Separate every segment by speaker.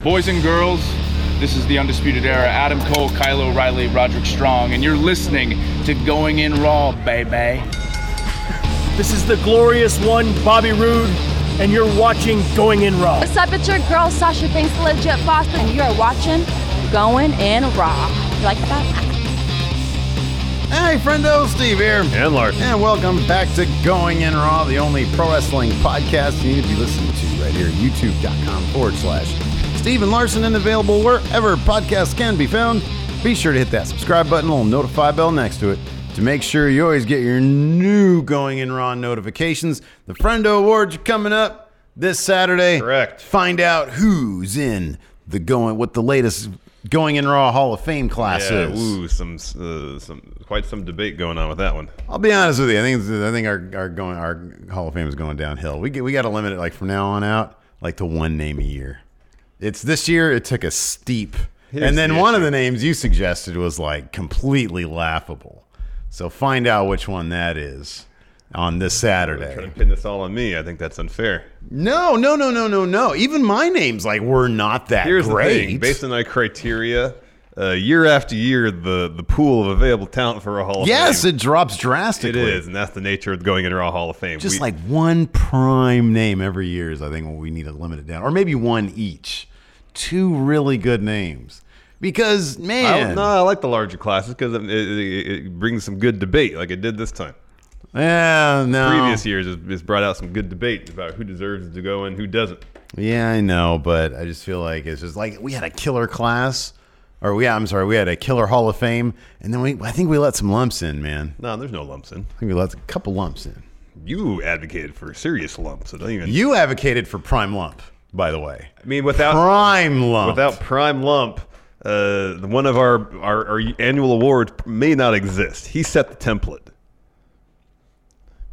Speaker 1: Boys and girls, this is the Undisputed Era. Adam Cole, Kylo Riley, Roderick Strong, and you're listening to Going In Raw, baby.
Speaker 2: This is the glorious one, Bobby Roode, and you're watching Going In Raw.
Speaker 3: What's up? It's your girl Sasha Banks, the legit boss, and you are watching Going in Raw. You like that?
Speaker 4: Hey, friendo, Steve here.
Speaker 5: And Larson.
Speaker 4: And welcome back to Going In Raw, the only pro wrestling podcast you need to be listening to right here at youtube.com forward slash Steven Larson and available wherever podcasts can be found. Be sure to hit that subscribe button, little notify bell next to it to make sure you always get your new Going In Raw notifications. The Friendo Awards are coming up this Saturday.
Speaker 5: Correct.
Speaker 4: Find out who's in the going, what the latest Going In Raw Hall of Fame class
Speaker 5: Yeah,
Speaker 4: is.
Speaker 5: ooh, some, uh, some, quite some debate going on with that one.
Speaker 4: I'll be honest with you. I think I think our, our going our Hall of Fame is going downhill. We get, we got to limit it like from now on out, like to one name a year. It's this year. It took a steep,
Speaker 5: Here's
Speaker 4: and then
Speaker 5: the
Speaker 4: one of
Speaker 5: issue.
Speaker 4: the names you suggested was like completely laughable. So find out which one that is on this
Speaker 5: Trying
Speaker 4: Saturday.
Speaker 5: to pin this all on me. I think that's unfair.
Speaker 4: No, no, no, no, no, no. Even my name's like we're not that
Speaker 5: Here's
Speaker 4: great.
Speaker 5: the thing. Based on our criteria, uh, year after year, the, the pool of available talent for a Hall of
Speaker 4: yes,
Speaker 5: Fame.
Speaker 4: it drops
Speaker 5: it
Speaker 4: drastically.
Speaker 5: is. And that's the nature of going into our Hall of Fame.
Speaker 4: Just
Speaker 5: We-
Speaker 4: like one prime name every year is, I think, what we need to limit it down, or maybe one each. Two really good names, because
Speaker 5: I,
Speaker 4: man,
Speaker 5: don't- no, I like the larger classes because it, it, it brings some good debate, like it did this time.
Speaker 4: yeah, no,
Speaker 5: Previous years has, has brought out some good debate about who deserves to go and who doesn't.
Speaker 4: yeah, I know, but I just feel like it's just like we had a killer class, or we, I'm sorry, we had a killer Hall of Fame, and then we, I think we let some lumps in, man.
Speaker 5: No, there's no lumps in.
Speaker 4: I think we let a couple lumps in.
Speaker 5: You advocated for serious lumps. I don't even.
Speaker 4: You advocated for prime lump, by the way,
Speaker 5: I mean, without
Speaker 4: prime lump.
Speaker 5: without prime lump uh, one of our, our our annual awards may not exist he set the template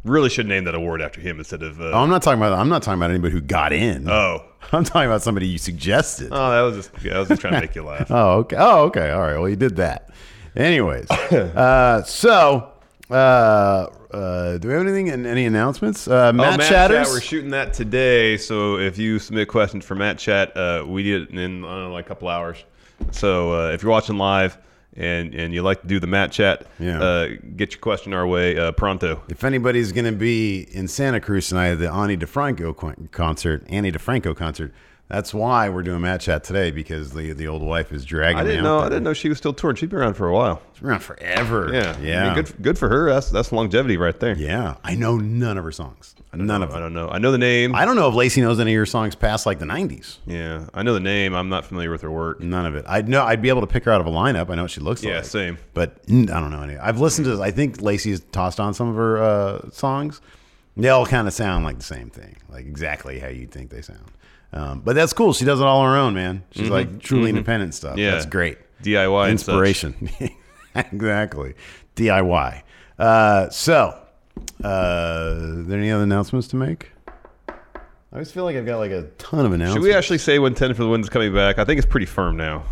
Speaker 5: really should name that award after him instead of
Speaker 4: oh,
Speaker 5: uh,
Speaker 4: I'm not talking about. I'm not talking about anybody who got in.
Speaker 5: oh
Speaker 4: I'm talking about somebody you suggested.
Speaker 5: oh that was just yeah, i was just trying to make you laugh
Speaker 4: Oh, okay. Oh, okay. All right. Well, you did that. Anyways, uh, so uh, uh, do we have anything? an- Any announcements? Uh,
Speaker 5: Oh,
Speaker 4: Matt,
Speaker 5: Matt
Speaker 4: Chatters.
Speaker 5: Chat, we're shooting that today. So if you submit questions for Matt Chat, uh, we did it in I don't know, like a couple hours. So uh, if you're watching live and, and you like to do the Matt Chat,
Speaker 4: Yeah.
Speaker 5: uh, get your question our way uh, pronto.
Speaker 4: if anybody's going to be in Santa Cruz tonight at the Ani DeFranco con- concert, Annie DeFranco concert, that's why we're doing Matt Chat today because the the old wife is dragging
Speaker 5: I didn't
Speaker 4: me out
Speaker 5: know. I
Speaker 4: there.
Speaker 5: didn't know she was still touring. She's been around for a while.
Speaker 4: It's been around forever.
Speaker 5: Yeah,
Speaker 4: Yeah.
Speaker 5: I mean, good, good for her. That's that's longevity right there.
Speaker 4: yeah. I know none of her songs. None of
Speaker 5: I
Speaker 4: them.
Speaker 5: don't know. I know the name.
Speaker 4: I don't know if Lacey knows any of her songs past like the 90s.
Speaker 5: yeah, I know the name. I'm not familiar with her work.
Speaker 4: None of it. I'd know. I'd be able to pick her out of a lineup. I know what she looks
Speaker 5: Yeah,
Speaker 4: like.
Speaker 5: same.
Speaker 4: But mm, I don't know any. I've listened to. I think Lacey's tossed on some of her uh, songs. They all kind of sound like the same thing, like exactly how you think they sound. Um, but that's cool. She does it all on her own, man. She's like truly independent stuff.
Speaker 5: Mm-hmm. Yeah.
Speaker 4: that's great.
Speaker 5: DIY and such.
Speaker 4: inspiration. exactly. DIY. Uh, so, uh, are there any other announcements to make? I always feel like I've got like a ton of announcements.
Speaker 5: Should we actually say when Ten for the Win is coming back? I think it's pretty firm now.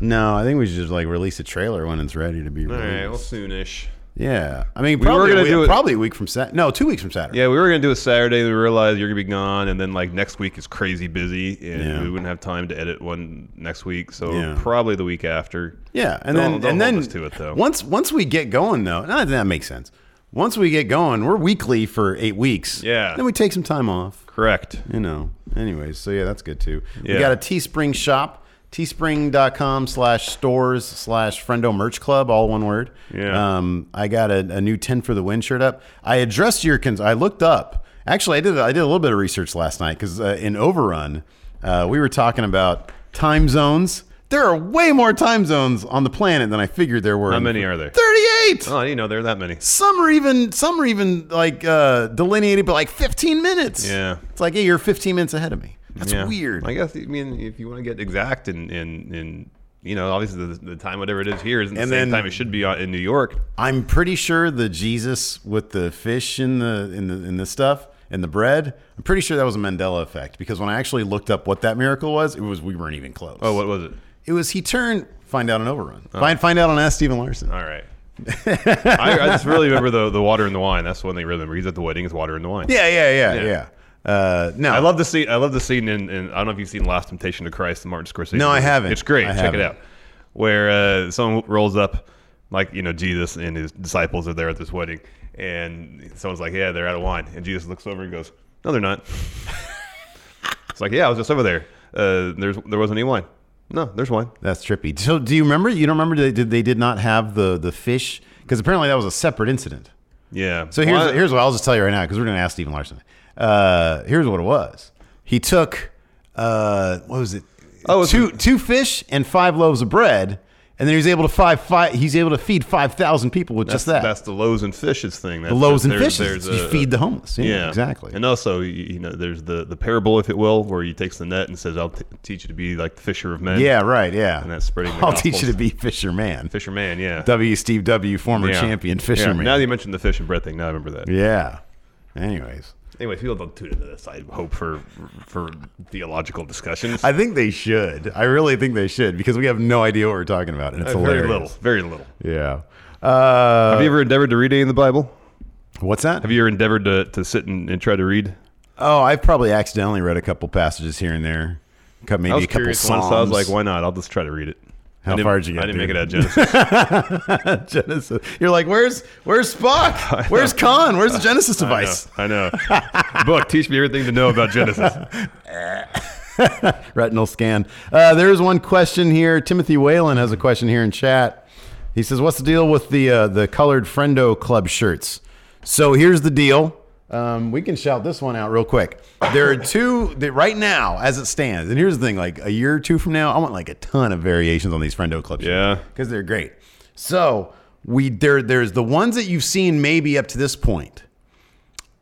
Speaker 4: No, I think we should just like release a trailer when it's ready to be
Speaker 5: All
Speaker 4: released.
Speaker 5: right, well, soonish.
Speaker 4: yeah, I mean,
Speaker 5: We were
Speaker 4: probably,
Speaker 5: gonna
Speaker 4: a week-
Speaker 5: do it-
Speaker 4: probably a week from Saturday. No, two weeks from Saturday.
Speaker 5: Yeah, we were gonna do it Saturday. We realized you're gonna be gone, and then like next week is crazy busy, and
Speaker 4: Yeah.
Speaker 5: we wouldn't have time to edit one next week. So
Speaker 4: Yeah.
Speaker 5: probably the week after.
Speaker 4: yeah, and then
Speaker 5: Don't- don't
Speaker 4: and
Speaker 5: hold
Speaker 4: then
Speaker 5: us to it, though.
Speaker 4: once once we get going though, no, that makes sense. Once we get going, we're weekly for eight weeks.
Speaker 5: Yeah.
Speaker 4: then we take some time off.
Speaker 5: Correct.
Speaker 4: You know. Anyways, so yeah, that's good too. We
Speaker 5: Yeah.
Speaker 4: got a Teespring shop, teespring.com slash stores slash friendo merch club, all one word.
Speaker 5: Yeah.
Speaker 4: Um, I got a, a new 10 for the win shirt up. I addressed your cons I looked up. Actually, I did I did a little bit of research last night cuz uh, in Overrun, uh, we were talking about time zones. There are way more time zones on the planet than I figured there were.
Speaker 5: How many are there?
Speaker 4: 38.
Speaker 5: Oh, you know there are that many.
Speaker 4: Some are even some are even like uh, delineated, but like 15 minutes.
Speaker 5: Yeah.
Speaker 4: it's like hey, you're 15 minutes ahead of me. That's
Speaker 5: Yeah.
Speaker 4: weird.
Speaker 5: I guess I mean if you want to get exact and and and you know obviously the, the time whatever it is here isn't the
Speaker 4: And
Speaker 5: same
Speaker 4: then-
Speaker 5: time it should be on- in New York.
Speaker 4: I'm pretty sure the Jesus with the fish in the in the in the stuff and the bread. I'm pretty sure that was a Mandela effect because when I actually looked up what that miracle was, it was we weren't even close.
Speaker 5: Oh, what was it?
Speaker 4: It was he turned find out an overrun. Find find out on Ask Stephen Larson.
Speaker 5: All right. I, I just really remember the the water and the wine. That's the one thing I really remember. He's at the wedding. It's water and the wine.
Speaker 4: Yeah, yeah, yeah, yeah.
Speaker 5: Yeah.
Speaker 4: Uh, no,
Speaker 5: I love the scene. I love the scene in, in. I don't know if you've seen Last Temptation of Christ, the Martin Scorsese.
Speaker 4: No, I
Speaker 5: movie.
Speaker 4: haven't.
Speaker 5: It's great.
Speaker 4: I
Speaker 5: Check
Speaker 4: haven't.
Speaker 5: it out. Where uh, someone rolls up, like you know, Jesus and his disciples are there at this wedding, and someone's like, "Yeah, they're out of wine," and Jesus looks over and goes, "No, they're not." it's like, "Yeah, I was just over there. Uh, there's there wasn't any wine. No, there's wine.
Speaker 4: That's trippy. So do you remember? You don't remember they did they did not have the the fish because apparently that was a separate incident.
Speaker 5: Yeah.
Speaker 4: So here's
Speaker 5: Well, I-
Speaker 4: here's what I'll just tell you right now because we're gonna ask Stephen Larson. Uh, here's what it was. He took uh, what was it?
Speaker 5: Oh, it's-
Speaker 4: two two fish and five loaves of bread, and then he was able to five, five he's able to feed five thousand people with just that.
Speaker 5: That's the loaves and fishes thing. That's
Speaker 4: the loaves and
Speaker 5: there's-
Speaker 4: fishes.
Speaker 5: there's
Speaker 4: you
Speaker 5: a-
Speaker 4: feed the homeless. Yeah,
Speaker 5: Yeah,
Speaker 4: exactly.
Speaker 5: And also, you, you know, there's the the parable, if it will, where he takes the net and says, "I'll t- teach you to be like the fisher of men."
Speaker 4: yeah, right. Yeah,
Speaker 5: And that's spreading the
Speaker 4: I'll teach you
Speaker 5: gospels.
Speaker 4: to be fisherman.
Speaker 5: fisherman. Yeah,
Speaker 4: W. Steve W. Former
Speaker 5: Yeah.
Speaker 4: champion
Speaker 5: Yeah.
Speaker 4: fisherman.
Speaker 5: Now that you mentioned the fish and bread thing, now I remember that.
Speaker 4: Yeah. Anyways,
Speaker 5: Anyway, people don't tune into this. I hope for for theological discussions.
Speaker 4: I think they should. I really think they should because we have no idea what we're talking about, and it's
Speaker 5: Uh,
Speaker 4: hilarious.
Speaker 5: very little, very little.
Speaker 4: Yeah. Uh,
Speaker 5: Have you ever endeavored to read any of the Bible?
Speaker 4: what's that?
Speaker 5: Have you ever endeavored to, to sit and, and try to read?
Speaker 4: oh, I've probably accidentally read a couple passages here and there. Cut maybe
Speaker 5: I was
Speaker 4: a couple
Speaker 5: curious
Speaker 4: psalms.
Speaker 5: once. I was like, why not? I'll just try to read it.
Speaker 4: How
Speaker 5: I didn't-
Speaker 4: far did you get,
Speaker 5: I didn't
Speaker 4: dude?
Speaker 5: make it out of Genesis.
Speaker 4: Genesis. You're like, where's where's Spock? Where's Khan? Where's the Genesis
Speaker 5: I know,
Speaker 4: device?
Speaker 5: I know. Book, teach me everything to know about Genesis.
Speaker 4: retinal scan. Uh, there is one question here. Timothy Whalen has a question here in chat. He says, "What's the deal with the uh, the colored Friendo Club shirts?" So here's the deal. Um, we can shout this one out real quick. There are two that right now, as it stands, and here's the thing: like a year or two from now, I want like a ton of variations on these Friendo Club shirts
Speaker 5: Yeah.
Speaker 4: because they're great. So we there there's the ones that you've seen maybe up to this point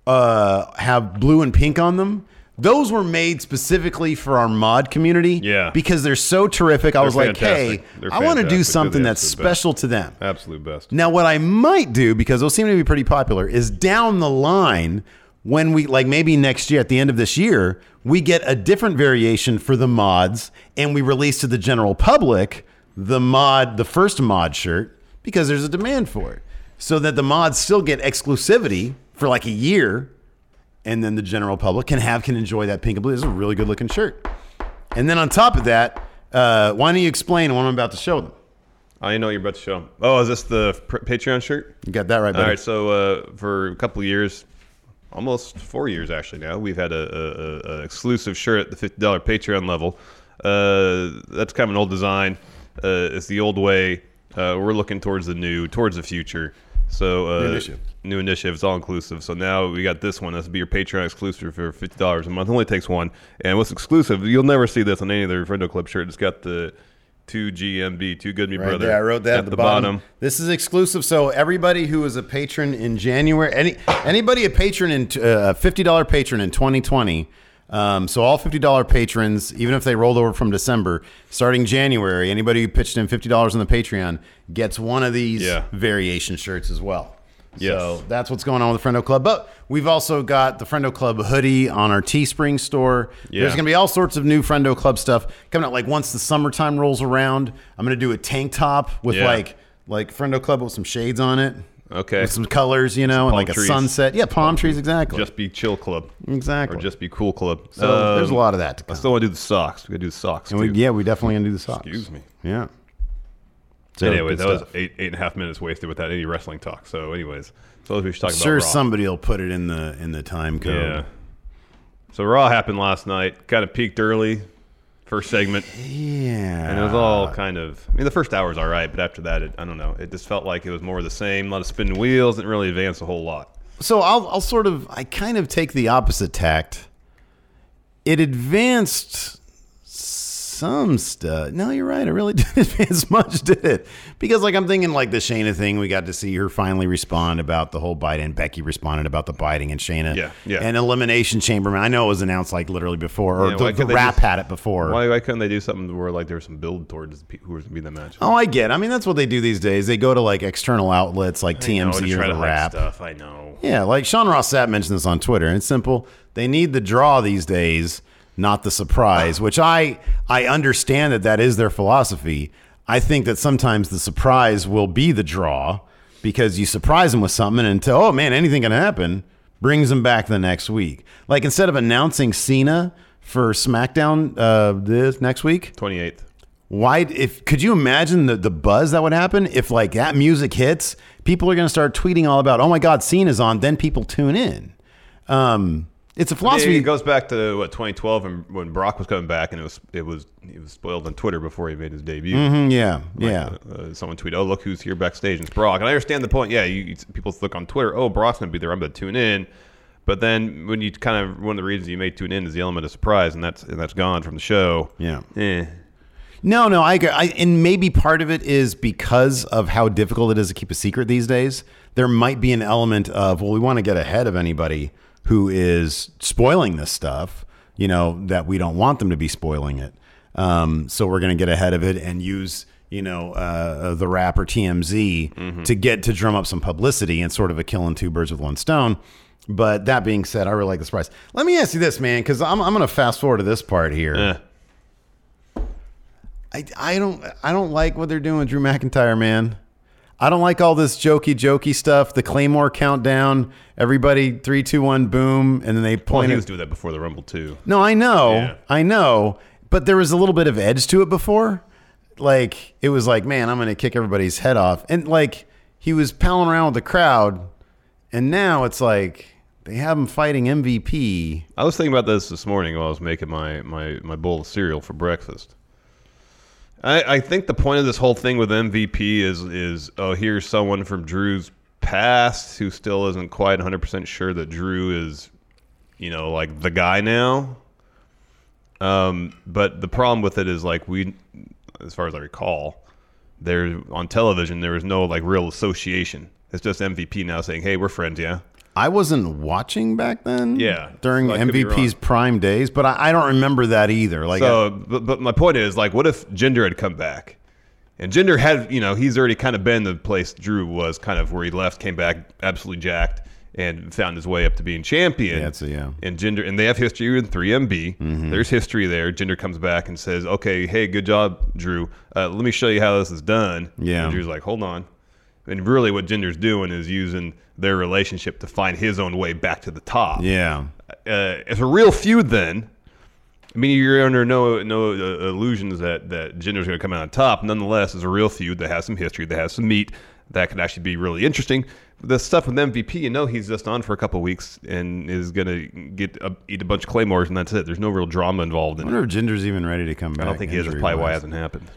Speaker 4: uh, have blue and pink on them. Those were made specifically for our mod community.
Speaker 5: Yeah.
Speaker 4: Because they're so terrific. I was like, hey,
Speaker 5: fantastic. They're
Speaker 4: I want to
Speaker 5: fantastic.
Speaker 4: do
Speaker 5: They're
Speaker 4: something
Speaker 5: the
Speaker 4: that's
Speaker 5: absolute best.
Speaker 4: special to them.
Speaker 5: Absolute best.
Speaker 4: Now, what I might do, because those seem to be pretty popular, is down the line when we, like maybe next year, at the end of this year, we get a different variation for the mods and we release to the general public the mod, the first mod shirt, because there's a demand for it. So that the mods still get exclusivity for like a year and then the general public can have, can enjoy that pink and blue. This is a really good looking shirt. And then on top of that, uh, why don't you explain what I'm about to show them?
Speaker 5: I know what you're about to show 'em. Oh, is this the pr- Patreon shirt?
Speaker 4: You got that right, buddy.
Speaker 5: All right, so uh, for a couple years, almost four years actually now, we've had a, a, a, a exclusive shirt at the fifty dollar Patreon level. Uh, that's kind of an old design. Uh, it's the old way. Uh, we're looking towards the new, towards the future. So uh,
Speaker 4: New initiative.
Speaker 5: New initiative. It's all inclusive. So now we got this one. This will be your Patreon exclusive for fifty dollars a month. only takes one. And what's exclusive? You'll never see this on any other Friendo Club shirt. It's got the two GMB, two good me
Speaker 4: Right
Speaker 5: brother.
Speaker 4: there, I wrote that at the, bottom.
Speaker 5: bottom.
Speaker 4: This is exclusive. So everybody who was a patron in January, any anybody a patron in t- uh, a fifty dollar patron in twenty twenty. Um, so all fifty dollar patrons, even if they rolled over from December, starting January, anybody who pitched in fifty dollars on the Patreon gets one of these
Speaker 5: Yeah.
Speaker 4: variation shirts as well.
Speaker 5: Yes.
Speaker 4: So that's what's going on with the Friendo Club. But we've also got the Friendo Club hoodie on our Teespring store.
Speaker 5: Yeah.
Speaker 4: There's going to be all sorts of new Friendo Club stuff coming out. Like once the summertime rolls around, I'm going to do a tank top with
Speaker 5: Yeah.
Speaker 4: like like Friendo Club with some shades on it.
Speaker 5: Okay.
Speaker 4: With some colors, you know, and
Speaker 5: palm
Speaker 4: like a
Speaker 5: trees.
Speaker 4: sunset. Yeah, palm trees, exactly.
Speaker 5: Just be chill club.
Speaker 4: Exactly.
Speaker 5: Or just be cool club. Um,
Speaker 4: so there's a lot of that to
Speaker 5: I
Speaker 4: come.
Speaker 5: still want to do the socks. We gotta do the socks.
Speaker 4: and we,
Speaker 5: too.
Speaker 4: yeah, we definitely going to do the socks.
Speaker 5: Excuse me.
Speaker 4: Yeah. So,
Speaker 5: Anyway,
Speaker 4: good
Speaker 5: that
Speaker 4: stuff.
Speaker 5: was eight eight and a half minutes wasted without any wrestling talk. So, anyways, so we should talk
Speaker 4: Sure,
Speaker 5: about Raw.
Speaker 4: somebody will put it in the in the time code.
Speaker 5: yeah. So Raw happened last night. Kind of peaked early, first segment,
Speaker 4: Yeah.
Speaker 5: and it was all kind of. I mean, the first hour was all right, but after that, it, I don't know. It just felt like it was more of the same. A lot of spinning wheels. Didn't really advance a whole lot.
Speaker 4: so I'll, I'll sort of i kind of take the opposite tact it advanced some stuff. No, you're right. I really didn't as much, did it? Because like I'm thinking like the Shayna thing, we got to see her finally respond about the whole Biden. Becky responded about the biting and Shayna.
Speaker 5: Yeah, yeah.
Speaker 4: And Elimination Chamber. Man, I know it was announced like literally before, or
Speaker 5: Yeah,
Speaker 4: the,
Speaker 5: why
Speaker 4: the
Speaker 5: couldn't they
Speaker 4: rap
Speaker 5: just-
Speaker 4: had it before.
Speaker 5: Why, why couldn't they do something where like there was some build towards the pe- who was going to be in the match?
Speaker 4: Oh, I get. it. I mean, that's what they do these days. They go to like external outlets like
Speaker 5: You know,
Speaker 4: TMZ
Speaker 5: to
Speaker 4: or
Speaker 5: try
Speaker 4: the
Speaker 5: to hide
Speaker 4: rap.
Speaker 5: stuff. I know.
Speaker 4: Yeah, like Sean Ross Sapp mentioned this on Twitter, and it's simple. They need the draw these days, not the surprise. Which I I understand that that is their philosophy. I think that sometimes the surprise will be the draw because you surprise them with something and tell, oh man, anything can happen, brings them back the next week. Like instead of announcing Cena for SmackDown uh, this next week,
Speaker 5: Twenty eighth.
Speaker 4: why if could you imagine the, the buzz that would happen if like that music hits people are going to start tweeting all about oh my god cena's on then people tune in um it's a
Speaker 5: I mean,
Speaker 4: philosophy
Speaker 5: it goes back to what 2012 and when Brock was coming back, and it was it was it was spoiled on Twitter before he made his debut.
Speaker 4: Mm, yeah yeah
Speaker 5: Uh, someone tweeted, "Oh look who's here backstage! It's Brock." And I understand the point. Yeah, you, you- people look on Twitter. Oh, Brock's gonna be there. I'm gonna tune in. But then when you kind of one of the reasons you may tune in is the element of surprise, and that's and that's gone from the show.
Speaker 4: Yeah.
Speaker 5: Eh.
Speaker 4: No, no, I, agree. I and maybe part of it is because of how difficult it is to keep a secret these days. There might be an element of well, we want to get ahead of anybody who is spoiling this stuff. You know that we don't want them to be spoiling it, um, so we're going to get ahead of it and use you know uh, the rap or TMZ to get to drum up some publicity and sort of a killing two birds with one stone. But that being said, I really like the surprise. Let me ask you this, man, because I'm, I'm going to fast forward to this part here.
Speaker 5: Eh.
Speaker 4: I, I don't I don't like what they're doing with Drew McIntyre, man. I don't like all this jokey jokey stuff. The Claymore countdown, everybody three two one boom, and then they
Speaker 5: Well,
Speaker 4: point.
Speaker 5: he
Speaker 4: at-
Speaker 5: was doing that before the Rumble too.
Speaker 4: no, I know,
Speaker 5: Yeah.
Speaker 4: I know, but there was a little bit of edge to it before. Like it was like, man, I'm gonna kick everybody's head off, and like he was palling around with the crowd, and now it's like they have him fighting MVP.
Speaker 5: I was thinking about this this morning while I was making my my, my bowl of cereal for breakfast. I, I think the point of this whole thing with MVP is is oh here's someone from Drew's past who still isn't quite 100 percent sure that Drew is you know like the guy now. Um, but the problem with it is like we, as far as I recall, there on television there was no like real association. It's just MVP now saying hey we're friends yeah.
Speaker 4: I wasn't watching back then.
Speaker 5: Yeah.
Speaker 4: during
Speaker 5: So I could be
Speaker 4: MVP's
Speaker 5: wrong.
Speaker 4: prime days, but I, I don't remember that either. Like,
Speaker 5: So, but, but my point is, like, what if Gender had come back? And Gender had, you know, he's already kind of been the place Drew was, kind of where he left, came back absolutely jacked, and found his way up to being champion.
Speaker 4: Yeah, it's a- yeah. Mm-hmm.
Speaker 5: And Gender, and they have history in 3MB. There's history there. Gender comes back and says, "Okay, hey, good job, Drew. Uh, let me show you how this is done."
Speaker 4: Yeah.
Speaker 5: And Drew's like, "Hold on." And really, what Gender's doing is using their relationship to find his own way back to the top
Speaker 4: yeah,
Speaker 5: uh, it's a real feud then. I mean, you're under no no uh, illusions that that Jinder's going to come out on top. Nonetheless, it's a real feud that has some history, that has some meat, that could actually be really interesting. But the stuff with MVP, you know, he's just on for a couple weeks and is going to get a, eat a bunch of claymores, and that's it. There's no real drama involved
Speaker 4: I
Speaker 5: in it.
Speaker 4: wonder if Ginger's even ready to come back.
Speaker 5: I don't think he is. That's probably why it hasn't happened.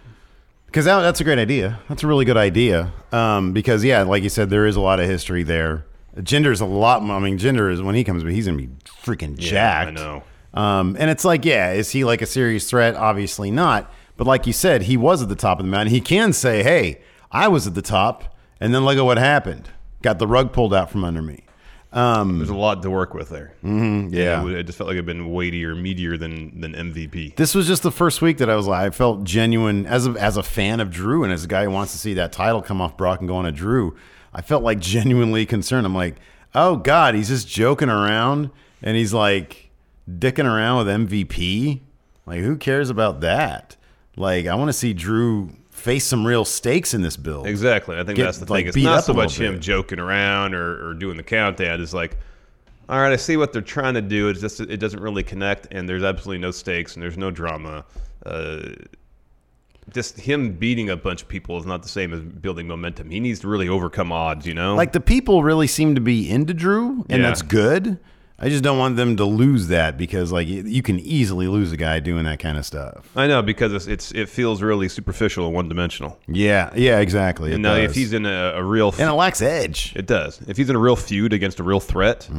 Speaker 4: Because that, that's a great idea. That's a really good idea. Um, because yeah, like you said, there is a lot of history there. Ginger's a lot. mo- I mean, Ginger is when he comes, but he's gonna be freaking jacked.
Speaker 5: I know.
Speaker 4: Um, and it's like, yeah, is he like a serious threat? Obviously not. But like you said, he was at the top of the mountain. He can say, "Hey, I was at the top," and then look at what happened. Got the rug pulled out from under me. Um,
Speaker 5: There's a lot to work with there.
Speaker 4: Mm-hmm, yeah.
Speaker 5: It, would- it just felt like it'd been weightier, meatier than than MVP.
Speaker 4: This was just the first week that I was like, I felt genuine as a, as a fan of Drew and as a guy who wants to see that title come off Brock and go on to Drew. I felt like genuinely concerned. I'm like, oh God, he's just joking around and he's like dicking around with MVP. Like, who cares about that? Like, I want to see Drew face some real stakes in this build.
Speaker 5: Exactly. I think
Speaker 4: Get,
Speaker 5: that's the
Speaker 4: like,
Speaker 5: thing. It's
Speaker 4: beat
Speaker 5: not
Speaker 4: up a
Speaker 5: so
Speaker 4: little
Speaker 5: much him
Speaker 4: bit.
Speaker 5: joking around or, or doing the countdown. It's like, all right, I see what they're trying to do. It's just it doesn't really connect, and there's absolutely no stakes and there's no drama. Uh, just him beating a bunch of people is not the same as building momentum. He needs to really overcome odds, you know.
Speaker 4: Like, the people really seem to be into Drew, and
Speaker 5: Yeah.
Speaker 4: that's good. I just don't want them to lose that because, like, you- you can easily lose a guy doing that kind of stuff.
Speaker 5: I know because it's, it's it feels really superficial and one dimensional.
Speaker 4: Yeah, yeah, exactly.
Speaker 5: And now if
Speaker 4: does.
Speaker 5: he's in a, a real
Speaker 4: and it lacks edge.
Speaker 5: It does. If he's in a real feud against a real threat,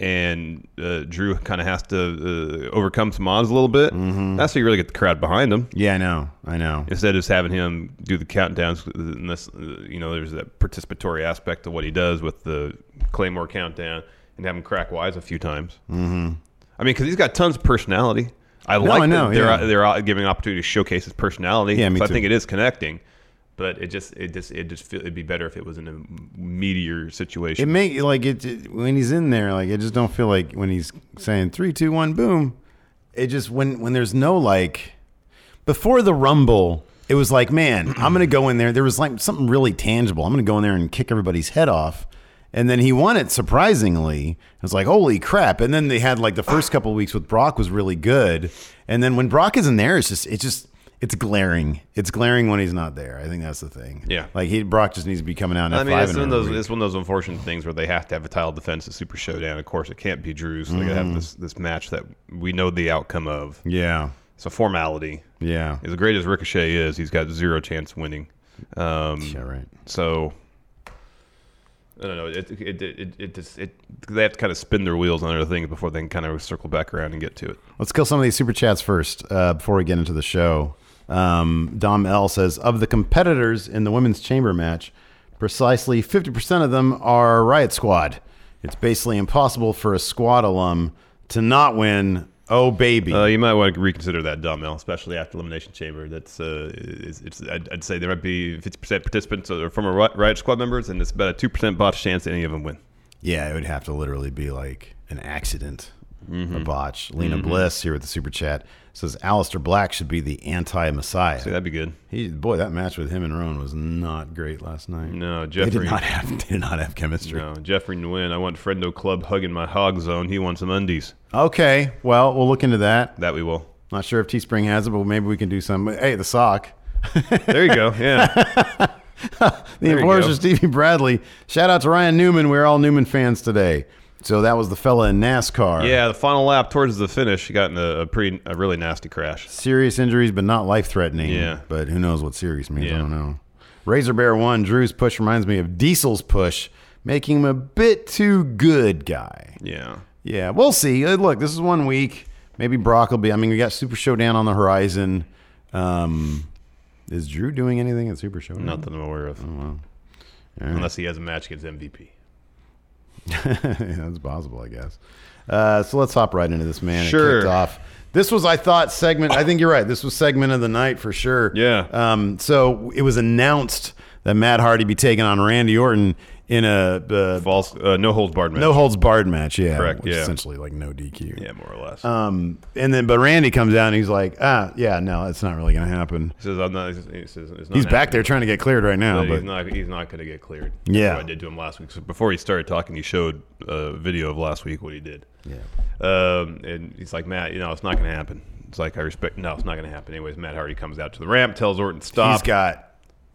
Speaker 5: and uh, Drew kind of has to uh, overcome some odds a little bit. That's how you really get the crowd behind him
Speaker 4: Yeah, I know. I know.
Speaker 5: instead of just having him do the countdowns and this, you know there's that participatory aspect of what he does with the claymore countdown and have him crack wise a few times mm-hmm. i mean because he's got tons of personality i like
Speaker 4: I
Speaker 5: that
Speaker 4: know,
Speaker 5: they're,
Speaker 4: yeah.
Speaker 5: they're out giving an opportunity to showcase his personality
Speaker 4: Yeah, me
Speaker 5: so
Speaker 4: too.
Speaker 5: i think it is connecting but it just it just it just feel, it'd be better if it was in a meteor
Speaker 4: It
Speaker 5: situation
Speaker 4: may like it, it- when he's in there. Like I just don't feel like when he's saying three, two, one, boom. It just when when there's no like before the rumble. It was like, man, I'm gonna go in there. There was like something really tangible. I'm gonna go in there and kick everybody's head off. And then he won it surprisingly. It was like, holy crap! And then they had like the first couple of weeks with Brock was really good. And then when Brock isn't there, it's just it's just it's glaring. It's glaring when he's not there. I think that's the thing.
Speaker 5: Yeah.
Speaker 4: like he Brock just needs to be coming out. And
Speaker 5: I mean, it's
Speaker 4: F5 in
Speaker 5: one, of
Speaker 4: every
Speaker 5: those,
Speaker 4: week.
Speaker 5: it's one of those unfortunate things where they have to have a title defense at Super Showdown. Of course, it can't be Drew, so they gotta
Speaker 4: Mm-hmm.
Speaker 5: have this, this match that we know the outcome of.
Speaker 4: Yeah.
Speaker 5: It's a formality.
Speaker 4: Yeah.
Speaker 5: As great as Ricochet is, he's got zero chance winning. Um,
Speaker 4: yeah, right.
Speaker 5: so I don't know. It it, it, it, it just it they have to kind of spin their wheels on other things before they can kind of circle back around and get to it.
Speaker 4: Let's kill some of these super chats first uh, before we get into the show. Um, Dom L says Of the competitors in the women's chamber match, precisely 50% of them are Riot Squad. It's basically impossible for a squad alum to not win. Oh, baby.
Speaker 5: Uh, you might want to reconsider that, Domel, especially after Elimination Chamber. That's uh, it's, it's I'd, I'd say there might be 50% participants or former Ri- Riot Squad members, and it's about a two percent botch chance that any of them win.
Speaker 4: Yeah, it would have to literally be like an accident,
Speaker 5: Mm-hmm.
Speaker 4: a botch. Lena Bliss here with the super chat says Alistair Black should be the anti
Speaker 5: So
Speaker 4: Messiah.
Speaker 5: that'd be good.
Speaker 4: He, boy, that match with him and Rowan was not great last night.
Speaker 5: No,
Speaker 4: They
Speaker 5: Jeffrey.
Speaker 4: did not have they did not have chemistry.
Speaker 5: no, Jeffrey Nguyen. I want Fredno Club hugging my hog zone. He wants some undies.
Speaker 4: Okay, well, we'll look into that.
Speaker 5: That we will.
Speaker 4: Not sure if Teespring has it, but maybe we can do some. Hey, the sock.
Speaker 5: There you go. Yeah.
Speaker 4: The
Speaker 5: There you
Speaker 4: enforcer
Speaker 5: go.
Speaker 4: Stevie Bradley. Shout out to Ryan Newman. We're all Newman fans today. So that was the fella in NASCAR.
Speaker 5: yeah. The final lap towards the finish, he got in a, a pretty, a really nasty crash.
Speaker 4: Serious injuries, but not life threatening.
Speaker 5: Yeah.
Speaker 4: But who knows what serious means? I
Speaker 5: Yeah.
Speaker 4: don't know. Razor Bear One, Drew's push reminds me of Diesel's push, making him a bit too good guy.
Speaker 5: Yeah.
Speaker 4: Yeah, we'll see. Uh, Look, this is one week. Maybe Brock will be. I mean, we got Super Showdown on the horizon. Um, is Drew doing anything at Super Showdown?
Speaker 5: Not that I'm aware
Speaker 4: Oh,
Speaker 5: of. Unless he has a match against MVP.
Speaker 4: Yeah, that's possible, I guess. Uh, so let's hop right into this, man. It
Speaker 5: Sure.
Speaker 4: kicked off. This was, I thought, segment. I think you're right. This was segment of the night for sure.
Speaker 5: Yeah.
Speaker 4: Um, so it was announced that Matt Hardy be taking on Randy Orton in a uh,
Speaker 5: False. Uh, no holds barred match.
Speaker 4: no holds barred match. Yeah.
Speaker 5: Correct,
Speaker 4: Which is
Speaker 5: yeah.
Speaker 4: essentially like no DQ.
Speaker 5: Yeah, more or less.
Speaker 4: Um, and then, but Randy comes out and he's like, ah, yeah, no, it's not really going to happen.
Speaker 5: he says I'm not. He says it's not
Speaker 4: He's back there
Speaker 5: happening.
Speaker 4: trying to get cleared right now,
Speaker 5: But he's
Speaker 4: but
Speaker 5: not. He's not going to get cleared.
Speaker 4: Yeah.
Speaker 5: That's what I did to him last week. So before he started talking, he showed a video of last week what he did.
Speaker 4: yeah.
Speaker 5: Um, and he's like, Matt, you know, it's not going to happen. It's like, I respect, no, it's not going to happen. Anyways, Matt Hardy comes out to the ramp, tells Orton, stop.
Speaker 4: he's got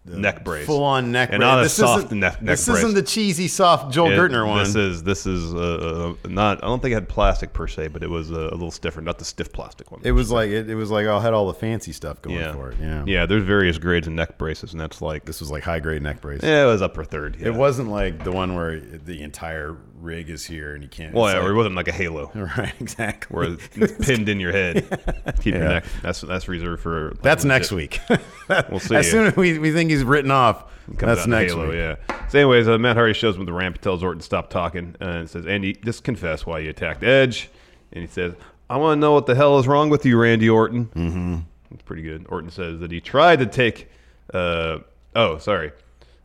Speaker 5: neck brace.
Speaker 4: full on neck
Speaker 5: and
Speaker 4: brace.
Speaker 5: not a
Speaker 4: This
Speaker 5: soft
Speaker 4: isn't-
Speaker 5: neck, neck
Speaker 4: This
Speaker 5: brace.
Speaker 4: isn't the cheesy soft Joel
Speaker 5: It-
Speaker 4: Gertner one.
Speaker 5: This is, this is uh, uh, not, I don't think it had plastic per se, but it was uh, a little stiffer, not the stiff plastic one.
Speaker 4: It was like it, it was like I had all the fancy stuff going
Speaker 5: yeah.
Speaker 4: for it. Yeah.
Speaker 5: Yeah, there's various grades of neck braces, and that's like,
Speaker 4: This was like high grade neck brace.
Speaker 5: yeah, it was upper third. yeah.
Speaker 4: It wasn't like the one where the entire rig is here and you can't.
Speaker 5: Well,
Speaker 4: it's
Speaker 5: yeah, or it
Speaker 4: like-
Speaker 5: wasn't like a halo.
Speaker 4: right, exactly.
Speaker 5: Where it's pinned in your head, keep
Speaker 4: Yeah.
Speaker 5: your neck. That's that's reserved for. like,
Speaker 4: that's next
Speaker 5: legit-
Speaker 4: week.
Speaker 5: We'll see.
Speaker 4: as soon as we, we think he's written off,
Speaker 5: comes
Speaker 4: that's
Speaker 5: out in
Speaker 4: next
Speaker 5: Halo,
Speaker 4: week.
Speaker 5: Yeah. So, anyways, uh, Matt Hardy shows him the ramp, tells Orton to stop talking, uh, and says, "Andy, just confess why you attacked Edge." And he says, "I want to know what the hell is wrong with you, Randy Orton." Mm-hmm. It's pretty good. Orton says that he tried to take. Uh, oh, sorry.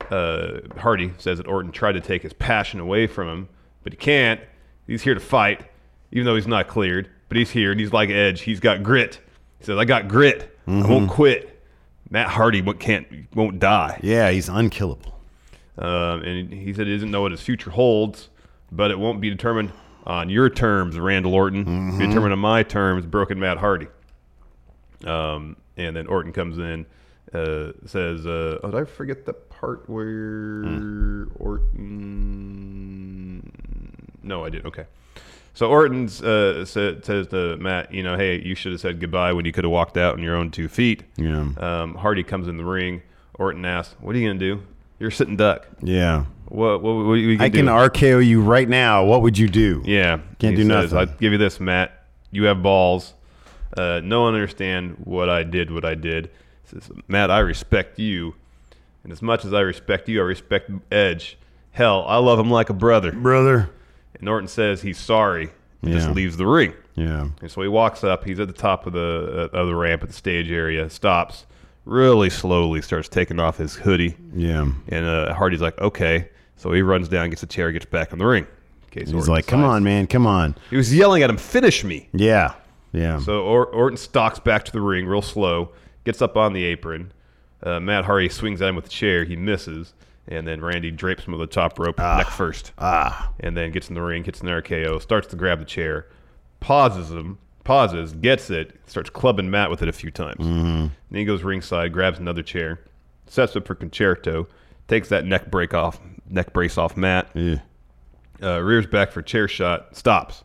Speaker 5: Uh, Hardy says that Orton tried to take his passion away from him, but he can't. He's here to fight, even though he's not cleared. But he's here, and he's like Edge. He's got grit. He says, "I got grit. I
Speaker 4: Mm-hmm.
Speaker 5: won't quit." Matt Hardy won't- can't won't die.
Speaker 4: Yeah, he's unkillable.
Speaker 5: Um, and he said he doesn't know what his future holds, but it won't be determined on your terms, Randall Orton. It'll be determined on my terms, Broken Matt Hardy. Um, and then Orton comes in, uh, says, uh, "Oh, did I forget the part where Orton?" No, I did. Okay. So Orton's uh, sa- says to Matt, "You know, hey, you should have said goodbye when you could have walked out on your own two feet."
Speaker 4: Yeah.
Speaker 5: Um, Hardy comes in the ring. Orton asks, "What are you gonna do? You're a sitting duck."
Speaker 4: Yeah.
Speaker 5: What what, what we can
Speaker 4: I can
Speaker 5: do?
Speaker 4: RKO you right now. What would you do?
Speaker 5: Yeah,
Speaker 4: Can't do nothing.
Speaker 5: I'd give you this, Matt. You have balls. Uh, no one understand what I did. What I did. He Says, Matt, I respect you, and as much as I respect you, I respect Edge. Hell, I love him like a brother.
Speaker 4: brother.
Speaker 5: And Norton says he's sorry. and Just
Speaker 4: Yeah.
Speaker 5: leaves the ring.
Speaker 4: Yeah.
Speaker 5: And so he walks up. He's at the top of the uh, of the ramp at the stage area. Stops. Really slowly starts taking off his hoodie.
Speaker 4: Yeah.
Speaker 5: And uh, Hardy's like, okay. So he runs down, gets a chair, gets back in the ring. Okay,
Speaker 4: He's
Speaker 5: so Orton
Speaker 4: like, come
Speaker 5: decides-
Speaker 4: on, man, come on.
Speaker 5: He was yelling at him, finish me.
Speaker 4: Yeah. Yeah.
Speaker 5: So or- Orton stalks back to the ring real slow, gets up on the apron. Uh, Matt Hardy swings at him with a chair. He misses. And then Randy drapes him with the top rope, neck first. Ah. And then gets in the ring, hits an RKO, starts to grab the chair, pauses him, pauses, gets it, starts clubbing Matt with it a few times. Then he goes ringside, grabs another chair, sets up for concerto, takes that neck break off, neck brace off Matt,
Speaker 4: Yeah.
Speaker 5: uh, rears back for chair shot, stops.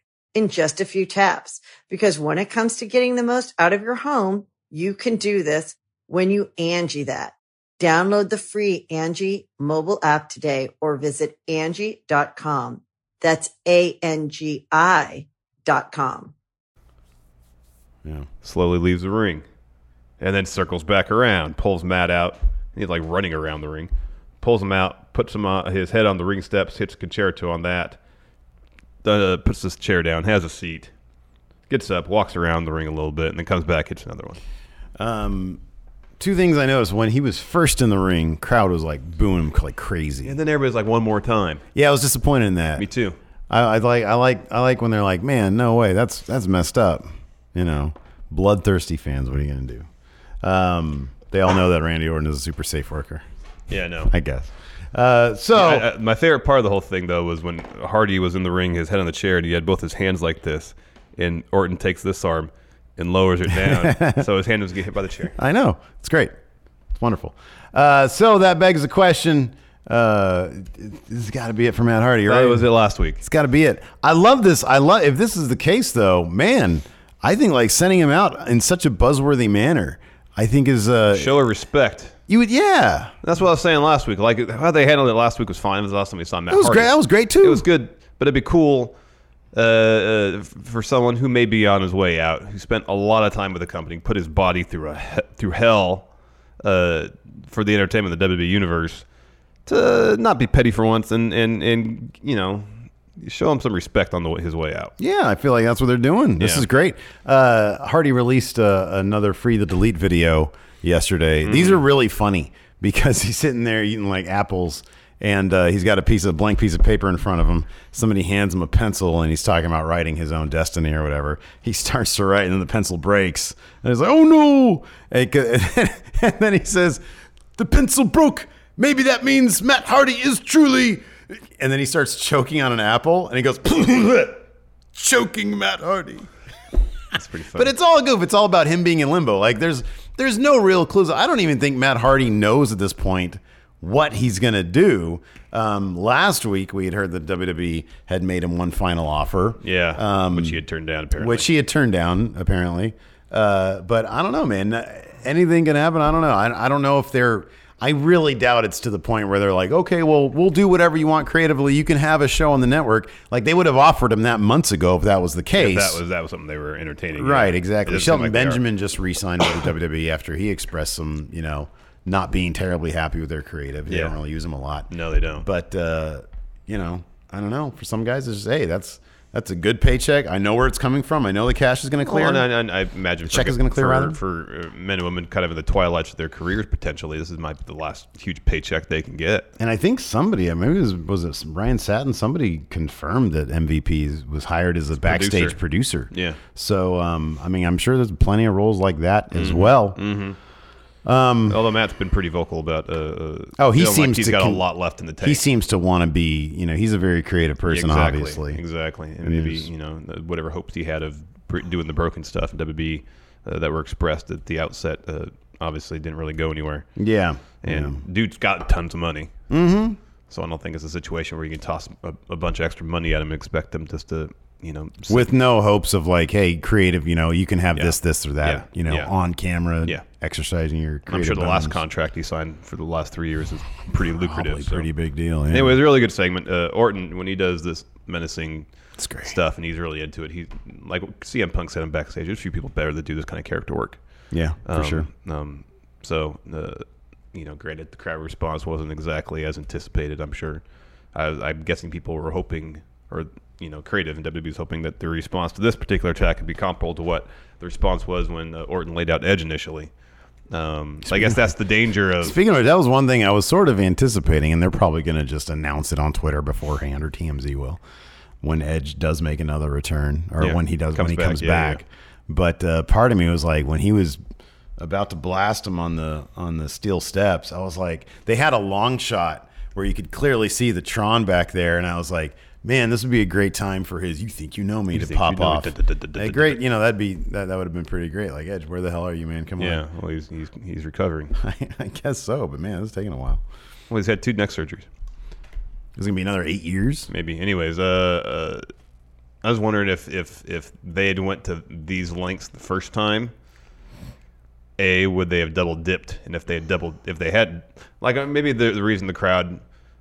Speaker 6: in just a few taps. Because when it comes to getting the most out of your home, you can do this when you Angie that. Download the free Angie mobile app today or visit Angie.com. That's A-N-G-I dot com.
Speaker 4: Yeah.
Speaker 5: slowly leaves the ring and then circles back around, pulls Matt out. He's like running around the ring, pulls him out, puts him on, his head on the ring steps, hits concerto on that, uh, puts his chair down, has a seat, gets up, walks around the ring a little bit, and then comes back, hits another one.
Speaker 4: Um, two things I noticed when he was first in the ring, crowd was like booing him like crazy.
Speaker 5: And then everybody's like, one more time.
Speaker 4: Yeah, I was disappointed in that.
Speaker 5: Me too.
Speaker 4: I, I like I like I like when they're like, man, no way, that's that's messed up. You know, bloodthirsty fans. What are you gonna do? Um, they all know that Randy Orton is a super safe worker.
Speaker 5: Yeah, no.
Speaker 4: I guess. Uh, so
Speaker 5: I- I- my favorite part of the whole thing, though, was when Hardy was in the ring, his head on the chair, and he had both his hands like this, and Orton takes this arm and lowers it down, so his hand was getting hit by the chair.
Speaker 4: I know. It's great. It's wonderful. Uh, so that begs the question. Uh, this has got to be it for Matt Hardy, right?
Speaker 5: That was it last week.
Speaker 4: It's got to be it. I love this. I love if this is the case, though. Man, I think like sending him out in such a buzzworthy manner, I think is uh,
Speaker 5: Show her respect.
Speaker 4: you would yeah.
Speaker 5: That's what I was saying last week. Like how they handled it last week was fine. It was the last time we saw Matt.
Speaker 4: It was
Speaker 5: Hardy.
Speaker 4: great. That was great too.
Speaker 5: It was good, but it'd be cool uh, uh, f- for someone who may be on his way out, who spent a lot of time with the company, put his body through a he- through hell uh, for the entertainment of the WWE universe, to not be petty for once and and and you know show him some respect on the way, his way out.
Speaker 4: Yeah, I feel like that's what they're doing. This
Speaker 5: Yeah.
Speaker 4: is great. Uh, Hardy released uh, another free the delete video yesterday. These are really funny because he's sitting there eating like apples and uh, he's got a piece of blank piece of paper in front of him. Somebody hands him a pencil, and he's talking about writing his own destiny or whatever. He starts to write, and then the pencil breaks, and he's like, "Oh no!" And, and then he says, "The pencil broke. Maybe that means Matt Hardy is truly." And then he starts choking on an apple, and he goes, "Choking Matt Hardy."
Speaker 5: That's pretty funny.
Speaker 4: But it's all goof. It's all about him being in limbo. Like there's there's no real clues. I don't even think Matt Hardy knows at this point what he's gonna do. Um, last week we had heard that WWE had made him one final offer.
Speaker 5: Yeah,
Speaker 4: um,
Speaker 5: which he had turned down apparently.
Speaker 4: Which he had turned down apparently. Uh, but I don't know, man. Anything can happen. I don't know. I, I don't know if they're. I really doubt it's to the point where they're like, okay, well, we'll do whatever you want creatively. You can have a show on the network. Like they would have offered him that months ago if that was the
Speaker 5: If
Speaker 4: case.
Speaker 5: that was that was something they were entertaining.
Speaker 4: Right,
Speaker 5: yeah. It
Speaker 4: exactly.
Speaker 5: doesn't seem
Speaker 4: Shelton
Speaker 5: like they are.
Speaker 4: Benjamin just re-signed with the WWE after he expressed some, you know, not being terribly happy with their creative. They
Speaker 5: Yeah.
Speaker 4: don't really use them a lot.
Speaker 5: No, they don't.
Speaker 4: But uh, you know, I don't know. For some guys, it's just hey, that's that's a good paycheck. I know where it's coming from. I know the cash is going to clear.
Speaker 5: Well, and I, and I imagine
Speaker 4: check is going to clear.
Speaker 5: for,
Speaker 4: rather.
Speaker 5: for uh, men and women kind of in the twilight of their careers potentially. This is might be the last huge paycheck they can get.
Speaker 4: And I think somebody, uh, maybe it was, was it Ryan Satin? Somebody confirmed that MVP was hired as a backstage producer.
Speaker 5: Yeah.
Speaker 4: So, um, I mean, I'm sure there's plenty of roles like that as well.
Speaker 5: Mm-hmm.
Speaker 4: Um,
Speaker 5: Although Matt's been pretty vocal about. Uh, uh,
Speaker 4: Oh, he
Speaker 5: feeling like
Speaker 4: seems
Speaker 5: he's
Speaker 4: to
Speaker 5: got
Speaker 4: con-
Speaker 5: a lot left in the tank.
Speaker 4: He seems to want to be, you know, he's a very creative person,
Speaker 5: exactly,
Speaker 4: obviously.
Speaker 5: Exactly, and
Speaker 4: And
Speaker 5: maybe
Speaker 4: there's-
Speaker 5: you know whatever hopes he had of pr- doing the broken stuff in WB uh, that were expressed at the outset, uh, obviously didn't really go anywhere.
Speaker 4: Yeah,
Speaker 5: and dude's got tons of money.
Speaker 4: Mhm.
Speaker 5: So I don't think it's a situation where you can toss a, a bunch of extra money at him and expect them just to you know s-
Speaker 4: With no hopes of like, hey, creative, you know, you can have this, this, or that,
Speaker 5: Yeah.
Speaker 4: you know,
Speaker 5: Yeah.
Speaker 4: on camera,
Speaker 5: Yeah.
Speaker 4: exercising your
Speaker 5: I'm
Speaker 4: creative.
Speaker 5: sure the last
Speaker 4: bones.
Speaker 5: contract he signed for the last three years is pretty lucrative. so.
Speaker 4: pretty big deal, yeah.
Speaker 5: Anyway, it was a really good segment. Uh, Orton, when he does this menacing stuff and he's really into it, he like CM Punk said him backstage. There's a few people better that do this kind of character work.
Speaker 4: Yeah, for
Speaker 5: Um,
Speaker 4: sure.
Speaker 5: Um, so, uh, you know, granted, the crowd response wasn't exactly as anticipated. I'm sure. I, I'm guessing people were hoping, or you know, creative and WWE's hoping that the response to this particular attack could be comparable to what the response was when uh, Orton laid out Edge initially. Um, so I guess that's the danger of
Speaker 4: Speaking of it, that was one thing I was sort of anticipating, and they're probably going to just announce it on Twitter beforehand, or TMZ will, when Edge does make another return, or
Speaker 5: Yeah,
Speaker 4: when he does when
Speaker 5: comes
Speaker 4: he
Speaker 5: back,
Speaker 4: comes
Speaker 5: yeah,
Speaker 4: back.
Speaker 5: yeah.
Speaker 4: But uh, part of me was like, when he was about to blast him on the on the steel steps, I was like, they had a long shot where you could clearly see the Tron back there, and I was like. Man, this would be a great time for his "You Think You Know Me"
Speaker 5: You
Speaker 4: to
Speaker 5: Think You
Speaker 4: pop
Speaker 5: Know Me,
Speaker 4: off.
Speaker 5: da, da, da, da,
Speaker 4: A great, you know, that'd be that, that would have been pretty great. Like Edge, where the hell are you, man? Come on.
Speaker 5: yeah. Well, he's he's, he's recovering.
Speaker 4: I guess so, but man, it's taking a while.
Speaker 5: Well, he's had two neck surgeries.
Speaker 4: It's gonna be another eight years,
Speaker 5: maybe. Anyways, uh, uh, I was wondering if if if they had went to these lengths the first time, a would they have double dipped, and if they had double if they had like uh, maybe the, the reason the crowd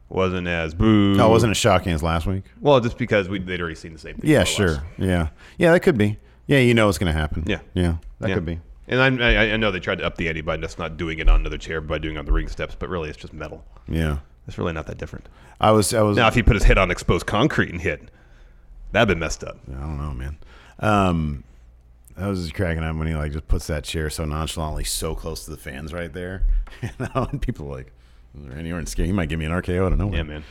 Speaker 5: wasn't as boo.
Speaker 4: No, it wasn't as shocking as last week.
Speaker 5: Well, just because we they'd already seen the same thing.
Speaker 4: Yeah,
Speaker 5: more or less.
Speaker 4: sure. Yeah, yeah, that could be. Yeah, you know it's gonna happen.
Speaker 5: Yeah.
Speaker 4: yeah, that
Speaker 5: Yeah.
Speaker 4: could be.
Speaker 5: And I'm- I, I, I know they tried to up the ante by just not doing it on another chair, by doing it on the ring steps, but really it's just metal.
Speaker 4: Yeah,
Speaker 5: It's really not that different.
Speaker 4: I was, I was.
Speaker 5: Now, if he put his head on exposed concrete and hit, that'd been messed up.
Speaker 4: I don't know, man. Um, I was just cracking up when he like just puts that chair so nonchalantly, so close to the fans right there, and people are like, Randy Orton scared. He might give me an RKO out of nowhere.
Speaker 5: Yeah, man.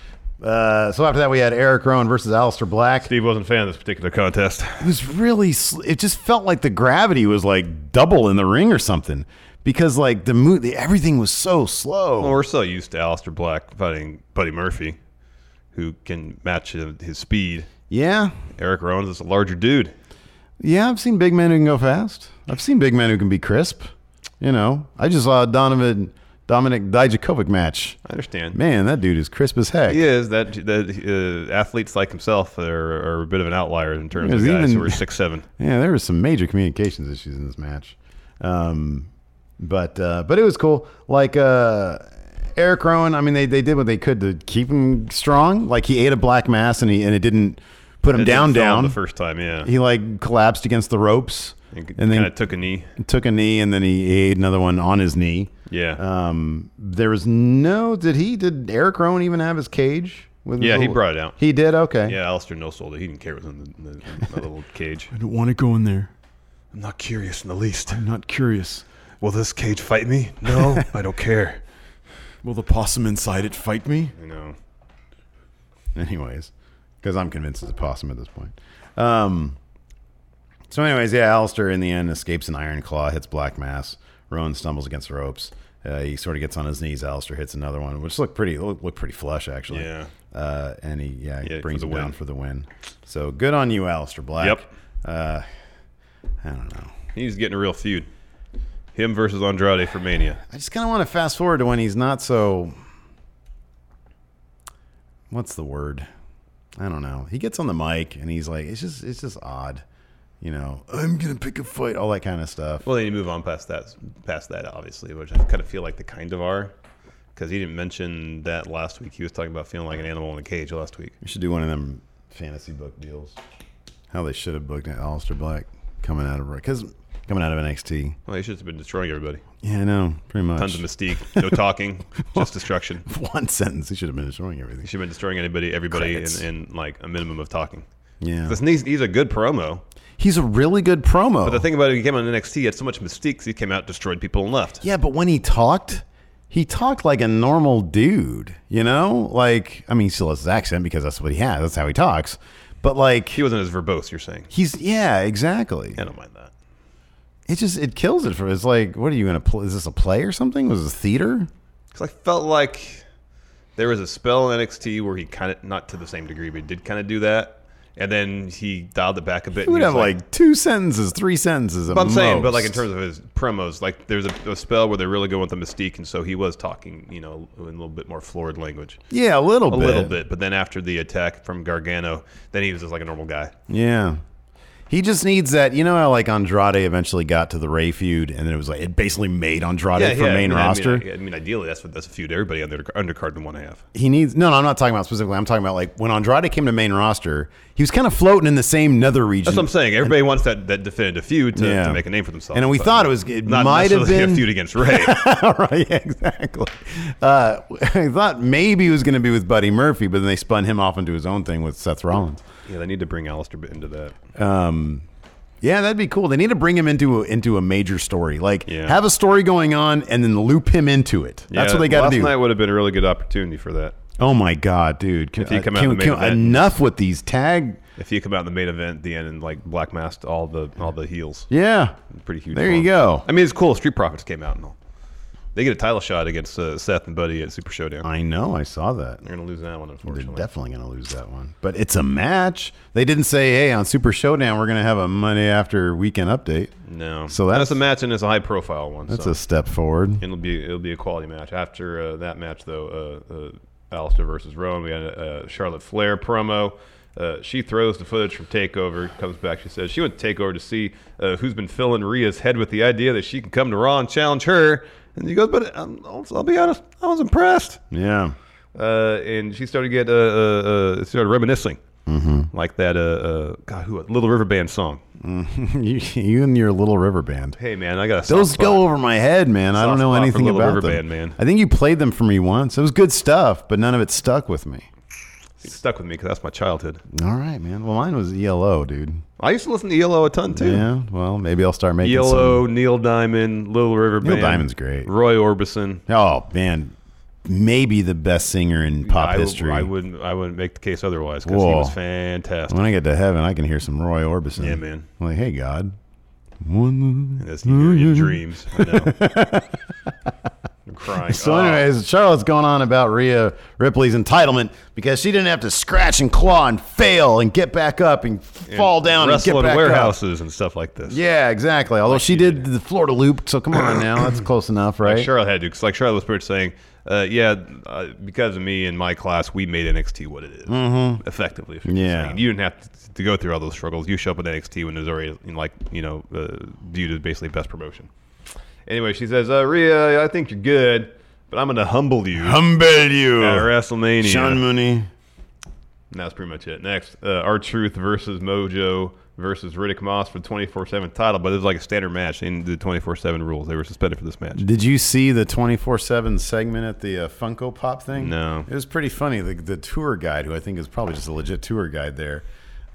Speaker 4: Uh, so after that, we had Eric Rowan versus Alistair Black.
Speaker 5: Steve wasn't a fan of this particular contest.
Speaker 4: It was really. Sl- it just felt like the gravity was like double in the ring or something, because like the mo- the everything was so slow.
Speaker 5: Well, we're so used to Alistair Black fighting Buddy Murphy, who can match him- his speed.
Speaker 4: Yeah.
Speaker 5: Eric Rowan's is a larger dude.
Speaker 4: Yeah, I've seen big men who can go fast. I've seen big men who can be crisp. You know, I just saw a Donovan Dominic Dijakovic match.
Speaker 5: I understand.
Speaker 4: Man, that dude is crisp as heck.
Speaker 5: He is that that uh, athletes like himself are, are a bit of an outlier in terms of
Speaker 4: There's
Speaker 5: guys
Speaker 4: even-
Speaker 5: who are six seven.
Speaker 4: Yeah, there were some major communications issues in this match, um, but uh, but it was cool. Like uh, Eric Rowan, I mean, they, they did what they could to keep him strong. Like he ate a black mass and he and it didn't put him
Speaker 5: It didn't
Speaker 4: down
Speaker 5: sell him
Speaker 4: down
Speaker 5: the first time. Yeah,
Speaker 4: He like collapsed against the ropes
Speaker 5: and,
Speaker 4: and
Speaker 5: kind
Speaker 4: then
Speaker 5: of took a knee.
Speaker 4: took a knee and then he ate another one on his knee.
Speaker 5: Yeah.
Speaker 4: Um, there was no. Did he? Did Eric Rowan even have his cage? With his
Speaker 5: Yeah, he
Speaker 4: little-
Speaker 5: brought it out.
Speaker 4: He did. Okay.
Speaker 5: Yeah, Alistair no sold it. He didn't care it was in the, the, the little cage.
Speaker 7: I don't want to go in there.
Speaker 5: I'm not curious in the least.
Speaker 7: I'm not curious.
Speaker 5: Will this cage fight me? No, I don't care.
Speaker 4: Will the possum inside it fight me?
Speaker 5: I know.
Speaker 4: Anyways, because I'm convinced it's a possum at this point. Um, so, anyways, yeah, Alistair in the end escapes an iron claw, hits Black Mass. Rowan stumbles against the ropes. Uh, he sort of gets on his knees. Alistair hits another one, which looked pretty looked, looked pretty flush actually.
Speaker 5: Yeah.
Speaker 4: Uh, and he yeah, he
Speaker 5: Yeah, for
Speaker 4: brings
Speaker 5: the
Speaker 4: him
Speaker 5: win.
Speaker 4: down for the win. So good on you, Alistair Black.
Speaker 5: Yep.
Speaker 4: Uh, I don't know.
Speaker 5: He's getting a real feud. Him versus Andrade for Mania.
Speaker 4: I just kind of want to fast forward to when he's not so. What's the word? I don't know. He gets on the mic and he's like, it's just, it's just odd, you know. I'm gonna pick a fight, all that kind of stuff.
Speaker 5: Well, they need to move on past that, past that, obviously, which I kind of feel like they kind of are, because he didn't mention that last week. He was talking about feeling like an animal in a cage last week.
Speaker 4: We should do one of them fantasy book deals. How they should have booked Alistair Black coming out of because coming out of NXT.
Speaker 5: Well, he should have been destroying everybody.
Speaker 4: Yeah, I know, pretty much.
Speaker 5: Tons of mystique, no talking, just destruction.
Speaker 4: One sentence. He should have been destroying everything.
Speaker 5: He should have been destroying anybody, everybody, in,
Speaker 4: Credits.
Speaker 5: in like a minimum of talking.
Speaker 4: Yeah.
Speaker 5: This he's, he's a good promo,
Speaker 4: He's a really good promo.
Speaker 5: but the thing about it, he came on NXT, he had so much mystique, 'cause he came out, destroyed people, and left.
Speaker 4: Yeah, but when he talked, he talked like a normal dude, you know? Like, I mean, he still has his accent because that's what he has. That's how he talks. But like,
Speaker 5: He wasn't as verbose. You're saying?
Speaker 4: he's yeah, exactly.
Speaker 5: I don't mind that.
Speaker 4: It just it kills it for. It's like, what are you gonna play? Is this a play or something? Was this theater?
Speaker 5: Because I felt like there was a spell in NXT where he kind of, not to the same degree, but he did kind of do that. And then he dialed it back a bit.
Speaker 4: He
Speaker 5: and
Speaker 4: would
Speaker 5: was
Speaker 4: have like, two sentences, three sentences.
Speaker 5: But I'm saying, but like in terms of his promos, like there's a, a spell where they're really going with the mystique, and so he was talking, you know, in a little bit more florid language.
Speaker 4: yeah, a little
Speaker 5: A
Speaker 4: bit,
Speaker 5: little bit. But then after the attack from Gargano, then he was just like a normal guy.
Speaker 4: Yeah. He just needs that. You know how like Andrade eventually got to the Ray feud, and then it was like it basically made Andrade for
Speaker 5: I
Speaker 4: main
Speaker 5: mean, I mean,
Speaker 4: roster.
Speaker 5: I, I mean, ideally, that's what that's a feud everybody on the undercard would want to have.
Speaker 4: he needs no, no i'm not talking about specifically i'm talking about like when andrade came to main roster he was kind of floating in the same nether region
Speaker 5: That's what I'm saying. Everybody wants that, that definitive feud to,
Speaker 4: Yeah.
Speaker 5: to make a name for themselves.
Speaker 4: And we
Speaker 5: but
Speaker 4: thought it was- it
Speaker 5: not
Speaker 4: might have
Speaker 5: necessarily
Speaker 4: been-
Speaker 5: a feud against Ray.
Speaker 4: all right yeah, exactly uh, i thought maybe he was going to be with buddy murphy but then they spun him off into his own thing with seth rollins
Speaker 5: yeah, they need to bring Alistair into that.
Speaker 4: um, yeah that'd be cool they need to bring him into a, into a major story like
Speaker 5: Yeah.
Speaker 4: have a story going on and then loop him into it that's
Speaker 5: Yeah,
Speaker 4: what they got
Speaker 5: Last
Speaker 4: to do
Speaker 5: night would have been a really good opportunity for that.
Speaker 4: oh my god dude can,
Speaker 5: If he
Speaker 4: uh,
Speaker 5: come out
Speaker 4: can-
Speaker 5: in the main
Speaker 4: can-
Speaker 5: event.
Speaker 4: enough with these tag
Speaker 5: If you come out in the main event at the end and like black masked all the all the heels,
Speaker 4: yeah
Speaker 5: pretty huge.
Speaker 4: there
Speaker 5: for
Speaker 4: you
Speaker 5: him.
Speaker 4: go
Speaker 5: I mean, it's cool. Street Profits came out and all. They get a title shot against uh, Seth and Buddy at Super Showdown.
Speaker 4: i know i saw that
Speaker 5: They're gonna lose that one,
Speaker 4: They're
Speaker 5: unfortunately.
Speaker 4: definitely going to lose that one. But it's a match. They didn't say, hey, on Super Showdown, we're going to have a Monday after weekend update.
Speaker 5: no,
Speaker 4: So
Speaker 5: And
Speaker 4: that's-
Speaker 5: it's a match and it's a high profile one.
Speaker 4: That's
Speaker 5: so.
Speaker 4: a step forward.
Speaker 5: It'll be it'll be a quality match. After uh, that match, though, uh, uh, Alistair versus Rowan, we had a, a Charlotte Flair promo. Uh, she throws the footage from Takeover. Comes back. She says she went to Takeover to see uh, who's been filling Rhea's head with the idea that she can come to Raw and challenge her. And she goes, but um, I'll, I'll be honest, I was impressed.
Speaker 4: Yeah.
Speaker 5: Uh, and she started to get uh, uh, uh, started reminiscing, mm-hmm. like that uh, uh, God, who Little River Band song.
Speaker 4: you, you and your Little River Band.
Speaker 5: Hey man, I got a soft
Speaker 4: Those
Speaker 5: spot.
Speaker 4: go over my head, man. I don't
Speaker 5: Soft
Speaker 4: know
Speaker 5: spot for
Speaker 4: anything
Speaker 5: Little
Speaker 4: about
Speaker 5: River
Speaker 4: them.
Speaker 5: Band, man.
Speaker 4: I think you played them for me once. It was good stuff, but none of it stuck with me.
Speaker 5: It stuck with me because that's my childhood.
Speaker 4: All right, man. Well, mine
Speaker 5: E
Speaker 4: was ELO, dude.
Speaker 5: I used to listen to ELO a ton too.
Speaker 4: Yeah. Well, maybe I'll start making
Speaker 5: Yellow,
Speaker 4: some-
Speaker 5: Neil Diamond, Little River
Speaker 4: Neil
Speaker 5: Band.
Speaker 4: Diamond's great.
Speaker 5: Roy Orbison.
Speaker 4: Oh, man. Maybe the best singer in pop
Speaker 5: I,
Speaker 4: history.
Speaker 5: I wouldn't. I wouldn't make the case otherwise because he
Speaker 4: Whoa.
Speaker 5: was fantastic.
Speaker 4: When I get to heaven, I can hear some Roy Orbison.
Speaker 5: Yeah, man.
Speaker 4: I'm like, hey, God. One-
Speaker 5: That's your, your dreams. I know. I'm crying.
Speaker 4: So,
Speaker 5: Oh,
Speaker 4: anyways, Charlotte's going on about Rhea Ripley's entitlement because she didn't have to scratch and claw and fail and get back up and, f fall down and
Speaker 5: Oh, wrestle
Speaker 4: get
Speaker 5: in
Speaker 4: back up.
Speaker 5: warehouses and stuff like this.
Speaker 4: Yeah, exactly. Although she did the Florida Loop, so come on now, that's close enough, right?
Speaker 5: Like Charlotte had to, because like Charlotte was pretty much saying, uh, yeah, uh, because of me and my class, we made NXT what it is, effectively. is what you're
Speaker 4: Mm-hmm. Yeah.
Speaker 5: saying. you didn't have to, to go through all those struggles. You show up at NXT when it was already you know, like you know uh, viewed as basically best promotion. Anyway, she says, uh, Rhea, I think you're good, but I'm gonna humble you
Speaker 4: Humble you,
Speaker 5: at WrestleMania.
Speaker 4: Sean Mooney.
Speaker 5: And that's pretty much it. Next, uh, our Truth versus Mojo versus Riddick Moss for the 24 7 title, but it was like a standard match in the 24 7 rules. They were suspended for this match.
Speaker 4: Did you see the 24 7 segment at the uh, Funko Pop thing?
Speaker 5: No.
Speaker 4: It was pretty funny. The, the tour guide, who I think is probably just a legit tour guide there,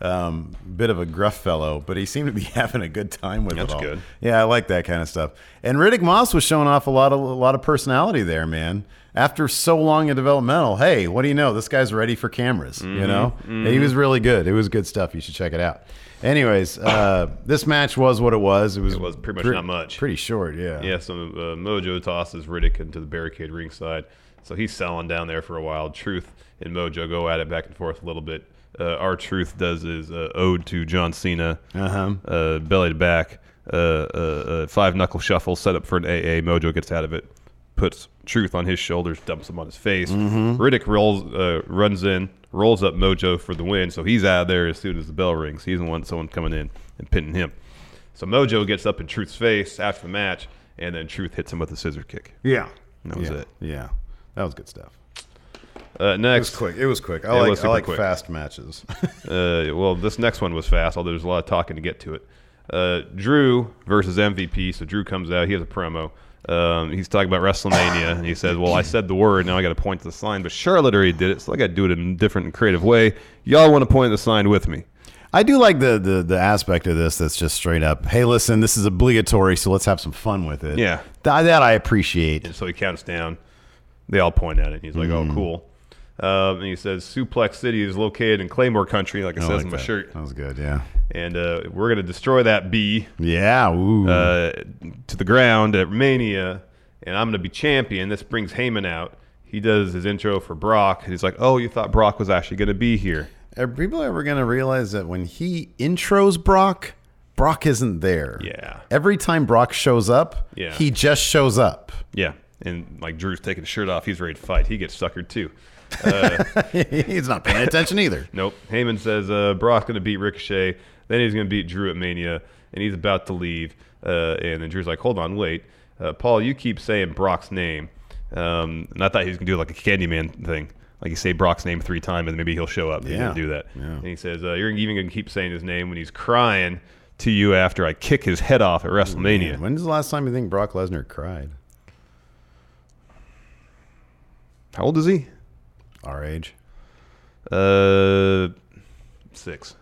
Speaker 4: Um, bit of a gruff fellow, but he seemed to be having a good time with
Speaker 5: That's
Speaker 4: it all.
Speaker 5: good.
Speaker 4: Yeah, I like that kind of stuff. And Riddick Moss was showing off a lot of a lot of personality there, man. After so long in developmental, hey, what do you know? This guy's ready for cameras. You
Speaker 5: Mhm,
Speaker 4: know, he
Speaker 5: mhm.
Speaker 4: was really good. It was good stuff. You should check it out. Anyways, uh, this match was what it was. It was,
Speaker 5: pretty much not much.
Speaker 4: Pretty short, yeah.
Speaker 5: Yeah, so uh, Mojo tosses Riddick into the barricade ringside. So he's selling down there for a while. Truth and Mojo go at it back and forth a little bit. Uh, Our Truth does his uh, ode to John Cena,
Speaker 4: Uh-huh.
Speaker 5: uh, belly to back, uh, uh, uh, five knuckle shuffle set up for an AA. Mojo gets out of it, puts Truth on his shoulders, dumps him on his face.
Speaker 4: Mhm.
Speaker 5: Riddick rolls, uh, runs in, rolls up Mojo for the win. So he's out of there as soon as the bell rings. He's the one, someone coming in and pinning him. So Mojo gets up in Truth's face after the match, and then Truth hits him with a scissor kick.
Speaker 4: Yeah.
Speaker 5: And that was
Speaker 4: Yeah.
Speaker 5: it.
Speaker 4: Yeah. That was good stuff.
Speaker 5: Uh, next,
Speaker 4: It was quick. It was quick. I like- I
Speaker 5: super
Speaker 4: like fast matches.
Speaker 5: uh, well, this next one was fast, although there's a lot of talking to get to it. Uh, Drew versus MVP. So Drew comes out. He has a promo. Um, he's talking about WrestleMania, and he says, "Well, I said the word. Now I got to point to the sign, but Charlotte already did it, so I got to do it in a different and creative way. Y'all want to point the sign with me?
Speaker 4: I do like the, the the aspect of this that's just straight up. Hey, listen, this is obligatory, so let's have some fun with it.
Speaker 5: Yeah.
Speaker 4: Th- that I appreciate.
Speaker 5: And so he counts down. They all point at it. He's like,
Speaker 4: Mhm.
Speaker 5: "Oh, cool." Um, and he says, "Suplex City is located in Claymore Country," like it
Speaker 4: I
Speaker 5: says
Speaker 4: like
Speaker 5: in my
Speaker 4: that.
Speaker 5: shirt.
Speaker 4: That was good. Yeah.
Speaker 5: And uh, we're gonna destroy that bee.
Speaker 4: Yeah. Ooh.
Speaker 5: uh, to the ground at Mania, and I'm going to be champion. This brings Heyman out. He does his intro for Brock, and he's like, "Oh, you thought Brock was actually going to be here?"
Speaker 4: Are people ever going to realize that when he intros Brock, Brock isn't there?
Speaker 5: Yeah.
Speaker 4: Every time Brock shows up,
Speaker 5: Yeah.
Speaker 4: he just shows up.
Speaker 5: Yeah, and like Drew's taking his shirt off. He's ready to fight. He gets suckered too. Uh,
Speaker 4: he's not paying attention either.
Speaker 5: Nope. Heyman says uh, Brock's going to beat Ricochet. Then he's going to beat Drew at Mania, and he's about to leave. Uh, and then Drew's like, "Hold on, wait, uh, Paul, you keep saying Brock's name." Um, and I thought he was going to do like a Candyman thing, like you say Brock's name three times, and maybe he'll show up. He's
Speaker 4: Yeah.
Speaker 5: going to do that. And he says, uh, "You're even going to keep saying his name when he's crying to you after I kick his head off at WrestleMania."
Speaker 4: Man, When's the last time you think Brock Lesnar cried?
Speaker 5: How old is he?
Speaker 4: Our age.
Speaker 5: Uh, six.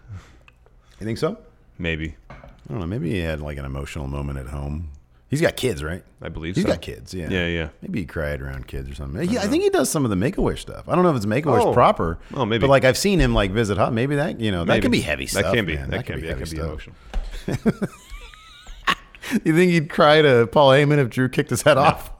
Speaker 4: You think so?
Speaker 5: Maybe.
Speaker 4: I don't know. Maybe he had like an emotional moment at home. He's got kids, right?
Speaker 5: I believe
Speaker 4: He's
Speaker 5: so.
Speaker 4: got kids. Yeah.
Speaker 5: Yeah, yeah.
Speaker 4: Maybe he cried around kids or something.
Speaker 5: I
Speaker 4: He- I,
Speaker 5: don't know.
Speaker 4: think he does some of the Make a Wish stuff. I don't know if it's Make a Wish
Speaker 5: Oh.
Speaker 4: proper.
Speaker 5: Oh, maybe.
Speaker 4: But like I've seen him like visit hot. Maybe that you know that
Speaker 5: Maybe.
Speaker 4: could be heavy
Speaker 5: That
Speaker 4: stuff.
Speaker 5: can be.
Speaker 4: man.
Speaker 5: That can
Speaker 4: could
Speaker 5: be. That
Speaker 4: heavy
Speaker 5: can be
Speaker 4: stuff.
Speaker 5: emotional.
Speaker 4: You think he'd cry to Paul Heyman if Drew kicked his head off?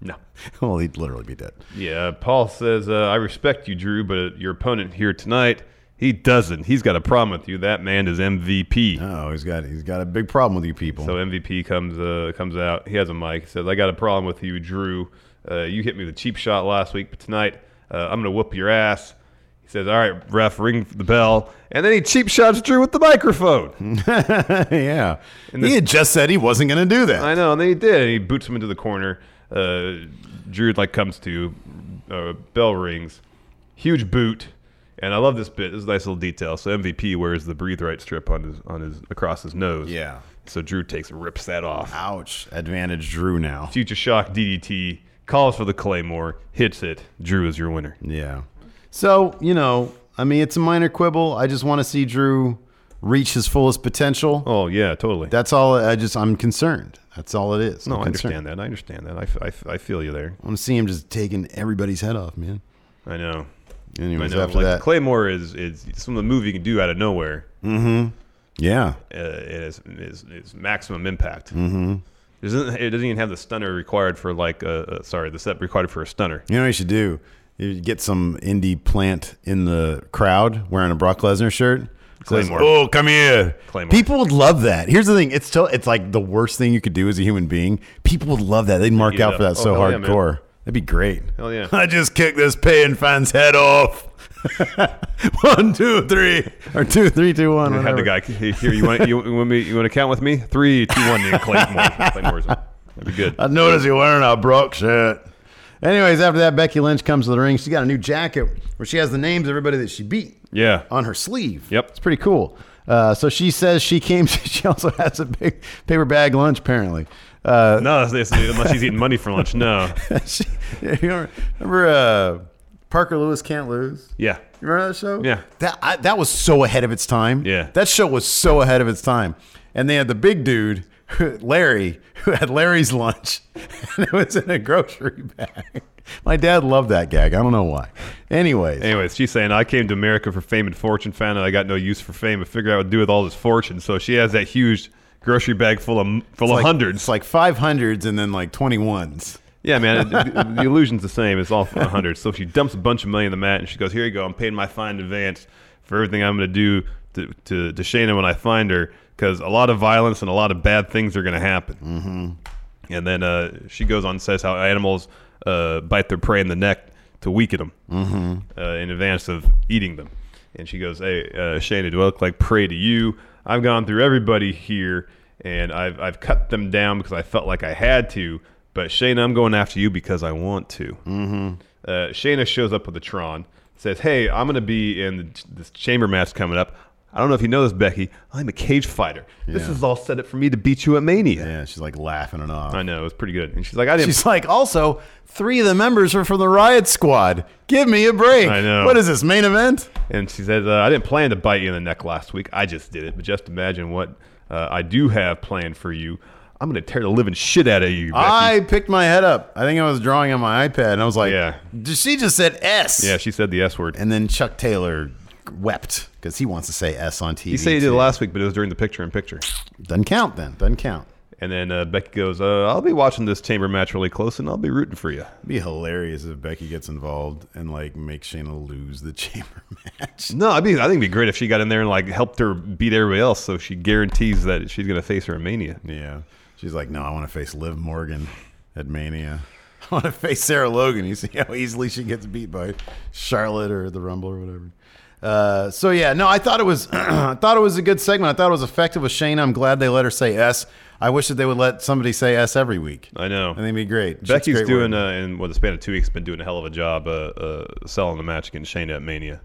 Speaker 5: No.
Speaker 4: well, he'd literally be dead.
Speaker 5: Yeah, Paul says, uh, I respect you, Drew, but your opponent here tonight, he doesn't. He's got a problem with you. That man is MVP.
Speaker 4: Oh, he's got he's got a big problem with you people.
Speaker 5: So MVP comes uh, comes out. He has a mic. He says, I got a problem with you, Drew. Uh, you hit me with a cheap shot last week, but tonight uh, I'm going to whoop your ass. He says, All right, ref, ring the bell. And then he cheap shots Drew with the microphone.
Speaker 4: yeah.
Speaker 5: this-
Speaker 4: he had just said he wasn't going to do that.
Speaker 5: I know, and then he did. He boots him into the corner. Uh, Drew like comes to, uh, bell rings, huge boot, and I love this bit. This is a nice little detail. So MVP wears the breathe right strip on his on his across his nose.
Speaker 4: Yeah.
Speaker 5: So Drew takes rips that off.
Speaker 4: Ouch. Advantage Drew now.
Speaker 5: Future shock DDT calls for the claymore, hits it. Drew is your winner.
Speaker 4: Yeah. So, you know, I mean, it's a minor quibble. I just want to see Drew reach his fullest potential.
Speaker 5: Oh, yeah, totally.
Speaker 4: That's all. I just, I'm concerned. That's all it is.
Speaker 5: No,
Speaker 4: I'm
Speaker 5: I
Speaker 4: concerned.
Speaker 5: understand that. I understand that. I, f- I, f- I feel you there.
Speaker 4: I want to see him just taking everybody's head off, man.
Speaker 5: I know.
Speaker 4: Anyways,
Speaker 5: I know.
Speaker 4: after
Speaker 5: like,
Speaker 4: that-
Speaker 5: claymore is is some of the move you can do out of nowhere.
Speaker 4: Mm hmm. Yeah.
Speaker 5: uh, it is, is, is maximum impact.
Speaker 4: Mhm.
Speaker 5: It doesn't, it doesn't even have the stunner required for like uh, uh, sorry the set required for a stunner.
Speaker 4: You know what you should do? You get some indie plant in the crowd wearing a Brock Lesnar shirt. Says,
Speaker 5: Claymore.
Speaker 4: oh, come here.
Speaker 5: Claymore.
Speaker 4: People would love that. Here's the thing. It's still, it's like the worst thing you could do as a human being. People would love that. They'd mark
Speaker 5: eat it
Speaker 4: out for that
Speaker 5: up. Oh,
Speaker 4: so
Speaker 5: hell yeah, man.
Speaker 4: hardcore. That'd be great.
Speaker 5: Hell yeah.
Speaker 4: I just kicked this paying fan's head off. one, two, three. Or two, three, two, one.
Speaker 5: You had the
Speaker 4: whatever.
Speaker 5: guy "Hey, here. You want you, want me? You want to count with me? Three, two, one. You Claymore. Claymore's in. That'd be good.
Speaker 4: I noticed you're wearing a Brock shirt. Anyways, after that, Becky Lynch comes to the ring. She's got a new jacket where she has the names of everybody that she beat
Speaker 5: Yeah.
Speaker 4: on her sleeve.
Speaker 5: Yep.
Speaker 4: It's pretty cool. Uh, so she says she came. She also has a big paper bag lunch, apparently. Uh,
Speaker 5: No, that's, that's, unless he's eating money for lunch. No.
Speaker 4: she, you remember, remember uh, Parker Lewis can't lose.
Speaker 5: Yeah.
Speaker 4: You remember that show?
Speaker 5: Yeah.
Speaker 4: That I, that was so ahead of its time.
Speaker 5: Yeah.
Speaker 4: That show was so ahead of its time. And they had the big dude, Larry, who had Larry's lunch, and it was in a grocery bag. My dad loved that gag. I don't know why. Anyways,
Speaker 5: Anyways, she's saying I came to America for fame and fortune, found out I got no use for fame, and figured out what to do with all this fortune. So she has that huge grocery bag full of full of
Speaker 4: like-
Speaker 5: hundreds.
Speaker 4: It's like five hundreds and then like twenty ones.
Speaker 5: Yeah, man, it- the, the illusion's the same. It's all 100. So she dumps a bunch of money in the mat, and she goes, "Here you go. I'm paying my fine in advance for everything I'm going to do to to to Shayna when I find her, because a lot of violence and a lot of bad things are going to happen." Mm-hmm. And then uh, she goes on and says how animals uh, bite their prey in the neck to weaken them
Speaker 4: Mhm.
Speaker 5: uh, in advance of eating them. And she goes, "Hey, uh, Shayna, do I look like prey to you? I've gone through everybody here, and I've I've cut them down because I felt like I had to. But Shayna, I'm going after you because I want to." Mm-hmm. Uh, Shayna shows up with a Tron, says, "Hey, I'm going to be in the, this chamber match coming up. I don't know if you know this, Becky. I'm a cage fighter. This
Speaker 4: Yeah.
Speaker 5: is all set up for me to beat you at Mania."
Speaker 4: Yeah, she's like laughing it off.
Speaker 5: I know it was pretty good, and she's like, "I didn't."
Speaker 4: She's like, also, three of the members are from the Riot Squad. Give me a break.
Speaker 5: I know.
Speaker 4: What is this main event?
Speaker 5: And she says, uh, I didn't plan to bite you in the neck last week. I just did it. But just imagine what uh, I do have planned for you. I'm going to tear the living shit out of you. Becky.
Speaker 4: I picked my head up. I think I was drawing on my iPad, and I was like,
Speaker 5: Yeah.
Speaker 4: She just said S.
Speaker 5: yeah, she said the S word.
Speaker 4: And then Chuck Taylor wept because he wants to say S on TV.
Speaker 5: He said he did it
Speaker 4: too.
Speaker 5: last week, but it was during the picture in picture.
Speaker 4: Doesn't count then. Doesn't count.
Speaker 5: And then uh, Becky goes, uh, I'll be watching this chamber match really close and I'll be rooting for you.
Speaker 4: It'd be hilarious if Becky gets involved and like makes Shayna lose the chamber match.
Speaker 5: No, I mean, I think it'd be great if she got in there and like helped her beat everybody else so she guarantees that she's going to face her in Mania.
Speaker 4: Yeah. She's like, no, I want to face Liv Morgan at Mania. I want to face Sarah Logan. You see how easily she gets beat by Charlotte or the Rumble or whatever. Uh, so yeah, no, I thought it was, I thought it was a good segment. I thought it was effective with Shayna. I'm glad they let her say S. I wish that they would let somebody say S every week.
Speaker 5: I know.
Speaker 4: I think it'd be great. She's
Speaker 5: Becky's
Speaker 4: great
Speaker 5: doing,
Speaker 4: work.
Speaker 5: uh, in what, the span of two weeks, been doing a hell of a job uh, uh, selling the match against Shayna at Mania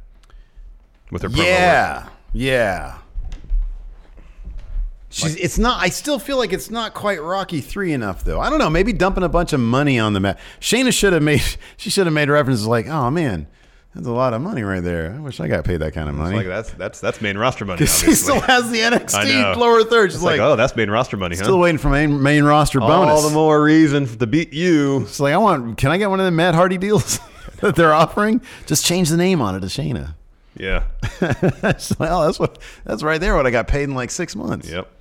Speaker 5: with her promo. work.
Speaker 4: yeah, yeah. She's, it's not. I still feel like it's not quite Rocky Three enough, though. I don't know. Maybe dumping a bunch of money on the mat. Shayna should have made. She should have made references like, "Oh man, that's a lot of money right there. I wish I got paid that kind of
Speaker 5: It's
Speaker 4: money."
Speaker 5: Like that's that's that's main roster money.
Speaker 4: 'Cause she
Speaker 5: obviously.
Speaker 4: still has the
Speaker 5: I know.
Speaker 4: NXT lower third. She's
Speaker 5: It's
Speaker 4: like,
Speaker 5: like, oh, that's main roster money.
Speaker 4: still
Speaker 5: huh?
Speaker 4: waiting for main main roster bonus.
Speaker 5: All the more reason f- to beat you.
Speaker 4: It's like, I want. Can I get one of the Matt Hardy deals that they're offering? Just change the name on it to Shayna.
Speaker 5: Yeah.
Speaker 4: She's like, oh, that's what. That's right there. What I got paid in like six months.
Speaker 5: Yep.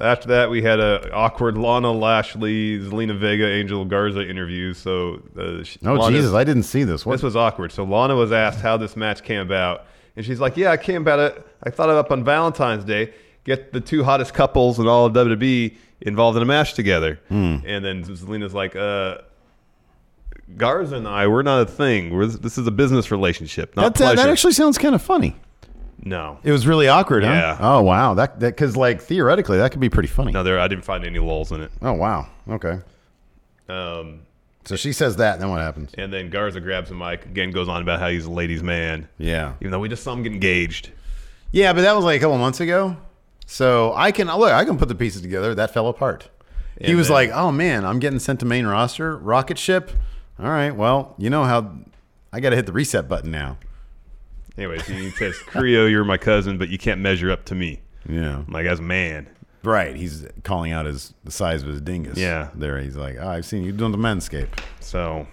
Speaker 5: After that, we had a awkward Lana Lashley, Zelina Vega, Angel Garza interview. So, uh, she-
Speaker 4: Oh
Speaker 5: Lana's-
Speaker 4: Jesus, I didn't see this. What
Speaker 5: This was awkward. So Lana was asked how this match came about, and she's like, "Yeah, I came about it. I thought it up on Valentine's Day. Get the two hottest couples in all of WWE involved in a match together."
Speaker 4: Hmm.
Speaker 5: And then Zelina's like, "Uh, Garza and I, we're not a thing. We're this is a business relationship, not
Speaker 4: That, that,
Speaker 5: pleasure."
Speaker 4: that actually sounds kind of funny.
Speaker 5: no,
Speaker 4: It was really awkward,
Speaker 5: Yeah.
Speaker 4: huh? Oh wow, that that because like theoretically that could be pretty funny.
Speaker 5: no, there. I didn't find any lulls in it.
Speaker 4: Oh wow, okay.
Speaker 5: Um,
Speaker 4: So she says that, then what happens?
Speaker 5: and then Garza grabs the mic again, goes on about how he's a ladies' man,
Speaker 4: Yeah,
Speaker 5: even though we just saw him get engaged.
Speaker 4: yeah, but that was like a couple months ago. So I can look, I can put the pieces together. That fell apart. he
Speaker 5: And
Speaker 4: was
Speaker 5: then-
Speaker 4: like, "Oh man, I'm getting sent to main roster, rocket ship." All right, well, you know how I got to hit the reset button now.
Speaker 5: Anyways, he says, "Creo, you're my cousin, but you can't measure up to me."
Speaker 4: Yeah,
Speaker 5: I'm like as a man.
Speaker 4: right. He's calling out his the size of his dingus.
Speaker 5: Yeah.
Speaker 4: there he's like, oh, "I've seen you doing the manscape."
Speaker 5: So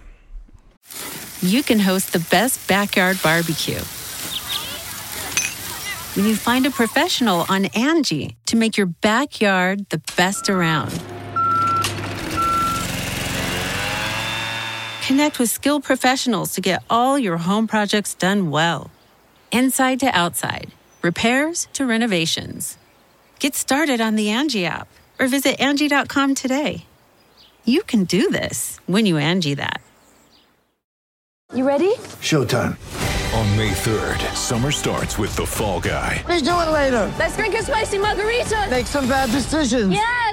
Speaker 7: you can host the best backyard barbecue. When you find a professional on Angie to make your backyard the best around. Connect with skilled professionals to get all your home projects done well. Inside to outside, repairs to renovations. Get started on the Angie app or visit Angie.com today. You can do this when you Angie that.
Speaker 3: You ready?
Speaker 8: Showtime. On May 3rd, summer starts with The Fall Guy.
Speaker 3: Let's do it later. Let's drink a spicy margarita. Make some bad decisions. Yes.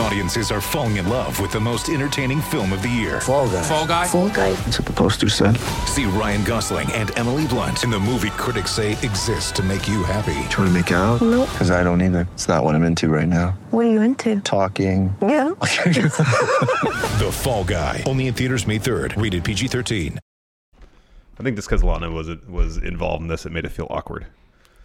Speaker 8: Audiences are falling in love with the most entertaining film of the year. Fall Guy. Fall Guy.
Speaker 9: Fall guy.
Speaker 8: That's what the poster said. See Ryan Gosling and Emily Blunt in the movie critics say exists to make you happy.
Speaker 9: Trying to make it out?
Speaker 8: Nope.
Speaker 9: Because I don't either. It's not what I'm into right now.
Speaker 8: What are you into?
Speaker 9: Talking.
Speaker 8: Yeah. the Fall Guy. Only in theaters May 3rd. Rated PG 13.
Speaker 5: I think just because Lana was was involved in this, it made it feel awkward.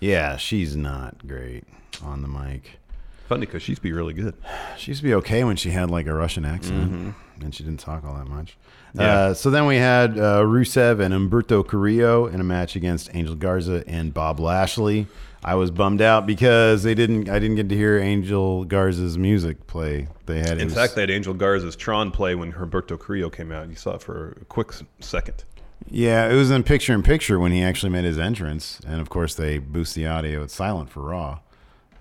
Speaker 4: Yeah, she's not great on the mic.
Speaker 5: Funny because she used to be really good.
Speaker 4: She used to be okay when she had like a Russian accent, and she didn't talk all that much.
Speaker 5: Mm-hmm. Yeah.
Speaker 4: Uh, so then we had uh, Rusev and Humberto Carrillo in a match against Angel Garza and Bob Lashley. I was bummed out because they didn't. I didn't get to hear Angel Garza's music play. They had
Speaker 5: In
Speaker 4: his-
Speaker 5: fact, they had Angel Garza's Tron play when Humberto Carrillo came out. You saw it for a quick s- second.
Speaker 4: Yeah, it was in picture in picture when he actually made his entrance, and of course they boost the audio. It's silent for Raw.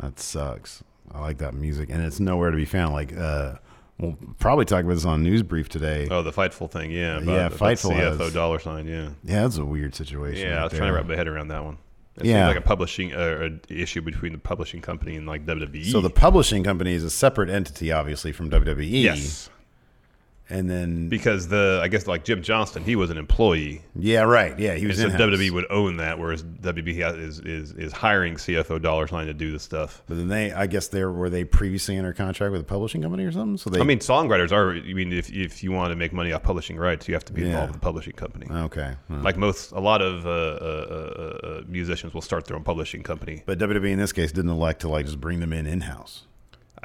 Speaker 4: That sucks. I like that music, and it's nowhere to be found. Like, uh, we'll probably talk about this on News Brief today.
Speaker 5: Oh, the Fightful thing, yeah. about-
Speaker 4: yeah,
Speaker 5: about
Speaker 4: Fightful
Speaker 5: CFO
Speaker 4: has-
Speaker 5: dollar sign, yeah.
Speaker 4: Yeah, that's a weird situation.
Speaker 5: Yeah, I
Speaker 4: right
Speaker 5: was trying to
Speaker 4: there.
Speaker 5: wrap my head around that one. It
Speaker 4: Yeah.
Speaker 5: seems like a publishing uh, an issue between the publishing company and like E. WWE.
Speaker 4: So the publishing company is a separate entity, obviously, from WWE.
Speaker 5: Yes.
Speaker 4: And then
Speaker 5: because the I guess like Jim Johnston, he was an employee.
Speaker 4: Yeah, right. Yeah, he was
Speaker 5: And
Speaker 4: in-house.
Speaker 5: so WWE would own that, whereas WWE ha- is is is hiring CFO dollar sign to do the stuff.
Speaker 4: But then they, I guess, they were they previously under contract with a publishing company or something. So they,
Speaker 5: I mean, songwriters are. I mean, if if you want to make money off publishing rights, you have to be
Speaker 4: Yeah.
Speaker 5: involved with the publishing company.
Speaker 4: Okay. Well.
Speaker 5: Like most, a lot of uh, uh, uh, uh, musicians will start their own publishing company.
Speaker 4: but WWE in this case didn't elect to like just bring them in in house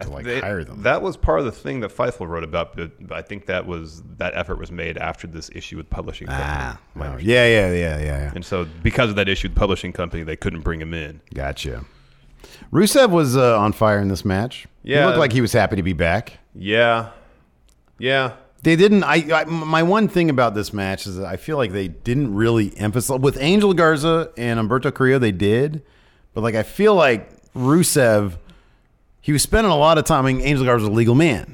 Speaker 4: to like
Speaker 5: They-
Speaker 4: hire them.
Speaker 5: That was part of the thing that Feifel wrote about, but I think that was that effort was made after this issue with publishing. Ah,
Speaker 4: yeah, yeah, yeah, yeah, yeah.
Speaker 5: And so because of that issue, with publishing company they couldn't bring him in.
Speaker 4: Gotcha. Rusev was uh, on fire in this match. he
Speaker 5: Yeah.
Speaker 4: looked like he was happy to be back.
Speaker 5: Yeah, yeah.
Speaker 4: They didn't. I, I my one thing about this match is that I feel like they didn't really emphasize with Angel Garza and Umberto Carrillo. They did, but like I feel like Rusev, he was spending a lot of time. I mean, Angel Garza's a legal man,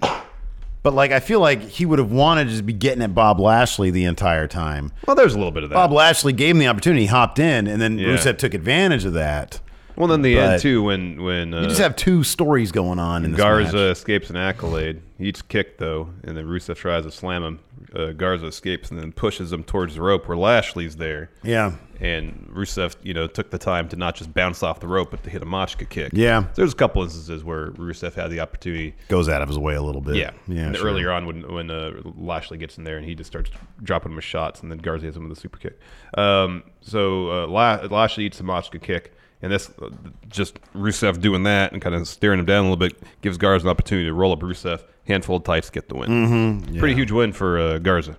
Speaker 4: but like I feel like he would have wanted to just be getting at Bob Lashley the entire time.
Speaker 5: Well, there's a little bit of that.
Speaker 4: Bob Lashley gave him the opportunity. He hopped in, and then
Speaker 5: Yeah.
Speaker 4: Rusev took advantage of that.
Speaker 5: Well, then the
Speaker 4: But
Speaker 5: end too, when when uh,
Speaker 4: you just have two stories going on in this
Speaker 5: Garza
Speaker 4: match.
Speaker 5: escapes an accolade. Each kick though, and then Rusev tries to slam him. Uh, Garza escapes and then pushes him towards the rope where Lashley's there.
Speaker 4: Yeah.
Speaker 5: And Rusev, you know, took the time to not just bounce off the rope, but to hit a Machka kick.
Speaker 4: Yeah.
Speaker 5: there's a couple instances where Rusev had the opportunity.
Speaker 4: goes out of his way a little bit.
Speaker 5: Yeah,
Speaker 4: yeah.
Speaker 5: And
Speaker 4: sure.
Speaker 5: earlier on, when when uh, Lashley gets in there and he just starts dropping him with shots, and then Garza hits him with a super kick. Um, so uh, La- Lashley eats the Machka kick, and this uh, just Rusev doing that and kind of staring him down a little bit gives Garza an opportunity to roll up Rusev, handful of tights, get the win.
Speaker 4: Mhm,
Speaker 5: Pretty
Speaker 4: yeah.
Speaker 5: huge win for uh, Garza.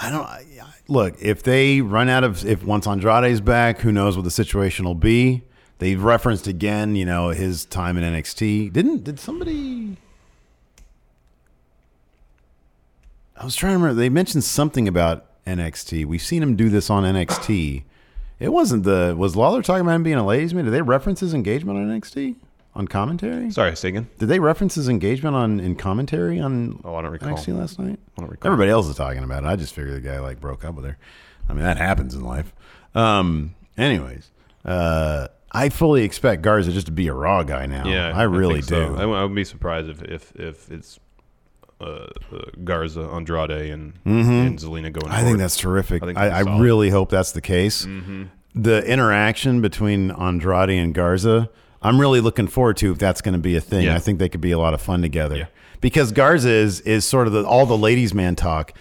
Speaker 4: I don't I- look if they run out of if once Andrade's back, who knows what the situation will be. They referenced again, you know, his time in NXT. Didn't did somebody? I was trying to remember. They mentioned something about NXT. We've seen him do this on NXT. It wasn't the was Lawler talking about him being a ladies' man? Did they reference his engagement on NXT on commentary?
Speaker 5: Sorry, say again.
Speaker 4: Did they reference his engagement on in commentary on?
Speaker 5: Oh, I don't recall.
Speaker 4: NXT last night.
Speaker 5: I don't recall.
Speaker 4: Everybody else is talking about it. I just figured the guy like broke up with her. I mean, that happens in life. Um, anyways, uh, I fully expect Garza just to be a raw guy now.
Speaker 5: Yeah,
Speaker 4: Oh, I really
Speaker 5: think so.
Speaker 4: do.
Speaker 5: I, w- I would be surprised if if, if it's uh, uh, Garza, Andrade, and,
Speaker 4: Mhm.
Speaker 5: and Zelina going.
Speaker 4: I think
Speaker 5: forward.
Speaker 4: that's terrific. I,
Speaker 5: think
Speaker 4: I,
Speaker 5: that'd be solid.
Speaker 4: really hope that's the case.
Speaker 5: Mhm.
Speaker 4: The interaction between Andrade and Garza, I'm really looking forward to if that's going to be a thing.
Speaker 5: Yeah.
Speaker 4: I think they could be a lot of fun together because Garza is is sort of the, all the ladies' man talk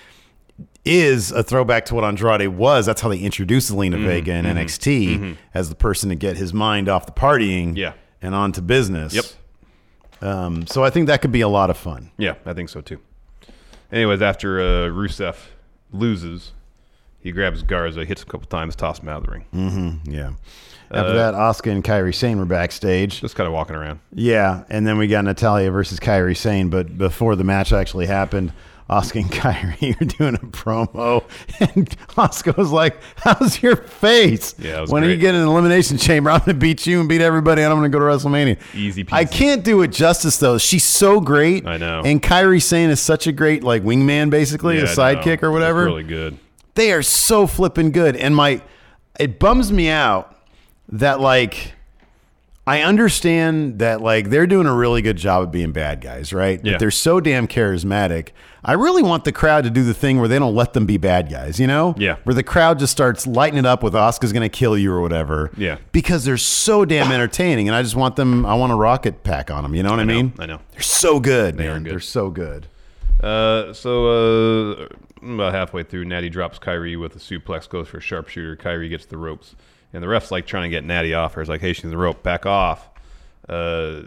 Speaker 4: is a throwback to what Andrade was. That's how they introduced Selena
Speaker 5: Mhm,
Speaker 4: Vega in
Speaker 5: mhm,
Speaker 4: NXT
Speaker 5: mhm.
Speaker 4: as the person to get his mind off the partying
Speaker 5: Yeah.
Speaker 4: and on to business.
Speaker 5: Yep.
Speaker 4: Um, so I think that could be a lot of fun.
Speaker 5: Yeah, I think so too. Anyways, after uh, Rusev loses, he grabs Garza, hits him a couple times, tosses him out of the ring.
Speaker 4: Mm-hmm. Yeah. After
Speaker 5: Uh,
Speaker 4: that, Oscar and Kyrie Sane were backstage.
Speaker 5: Just kind of walking around.
Speaker 4: Yeah, and then we got Natalia versus Kyrie Sane, but before the match actually happened, Oscar and Kyrie are doing a promo, and Oscar was like, "How's your face?
Speaker 5: Yeah, it was
Speaker 4: when you
Speaker 5: great.
Speaker 4: get in an elimination chamber, I'm going to beat you and beat everybody, and I'm going to go to WrestleMania."
Speaker 5: Easy peasy.
Speaker 4: I can't do it justice though. She's so great.
Speaker 5: I know.
Speaker 4: And Kyrie Sane is such a great like wingman, basically a
Speaker 5: Yeah, I know.
Speaker 4: sidekick or
Speaker 5: It's
Speaker 4: whatever
Speaker 5: Really good.
Speaker 4: they are so flippin' good and my it bums me out that like i understand that like they're doing a really good job of being bad guys right That
Speaker 5: Yeah.
Speaker 4: they're so damn charismatic i really want the crowd to do the thing where they don't let them be bad guys you know
Speaker 5: Yeah.
Speaker 4: where the crowd just starts lighting it up with oscar's gonna kill you or whatever
Speaker 5: Yeah.
Speaker 4: because they're so damn entertaining and i just want them i want a rocket pack on them you know what i, mean
Speaker 5: I know.
Speaker 4: they're so good
Speaker 5: They are
Speaker 4: man.
Speaker 5: good.
Speaker 4: they're so good
Speaker 5: Uh, so uh, something about halfway through, Natty drops Kyrie with a suplex, goes for a sharpshooter. Kyrie gets the ropes, and the ref's like trying to get Natty off her. It's like, hey, she's in the rope, back off. Uh,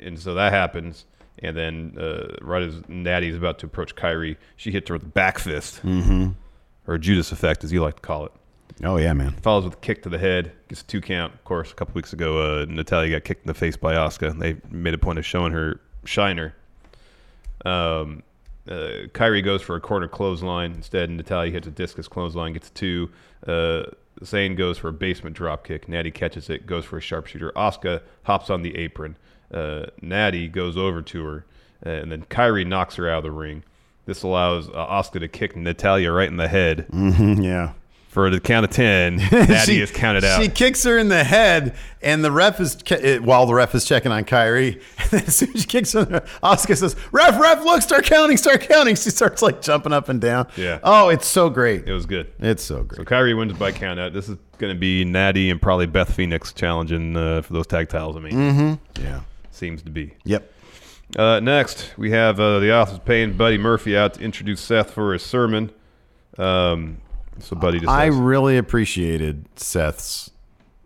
Speaker 5: and so that happens. And then uh, right as Natty's about to approach Kyrie, she hits her with a back fist,
Speaker 4: Mhm.
Speaker 5: or Judas effect, as you like to call it.
Speaker 4: Oh yeah, man.
Speaker 5: Follows with a kick to the head, gets a two count. Of course, a couple weeks ago, uh, Natalia got kicked in the face by Asuka. They made a point of showing her shiner. Um, uh, Kyrie goes for a corner clothesline. Instead, Natalia hits a discus clothesline, gets two. Uh, Zane goes for a basement dropkick. Natty catches it, goes for a sharpshooter. Asuka hops on the apron. Uh, Natty goes over to her, uh, and then Kyrie knocks her out of the ring. This allows uh, Asuka to kick Natalia right in the head.
Speaker 4: Mm-hmm, yeah.
Speaker 5: For the count of 10, Natty
Speaker 4: She-
Speaker 5: is counted out.
Speaker 4: She kicks her in the head, and the ref is che- eh, while the ref is checking on Kyrie. And then as soon as she kicks her, in the- Oscar says, "Ref, ref, look, start counting, start counting." She starts like jumping up and down.
Speaker 5: Yeah.
Speaker 4: Oh, it's so great.
Speaker 5: It was good.
Speaker 4: It's so great.
Speaker 5: So Kyrie wins by countout. This is going to be Natty and probably Beth Phoenix challenging uh, for those tag titles. I mean,
Speaker 4: Mhm. Yeah.
Speaker 5: seems to be.
Speaker 4: Yep.
Speaker 5: Uh, next, we have uh, the office paying Buddy Murphy out to introduce Seth for his sermon. Um, so Buddy just
Speaker 4: I
Speaker 5: says,
Speaker 4: really appreciated Seth's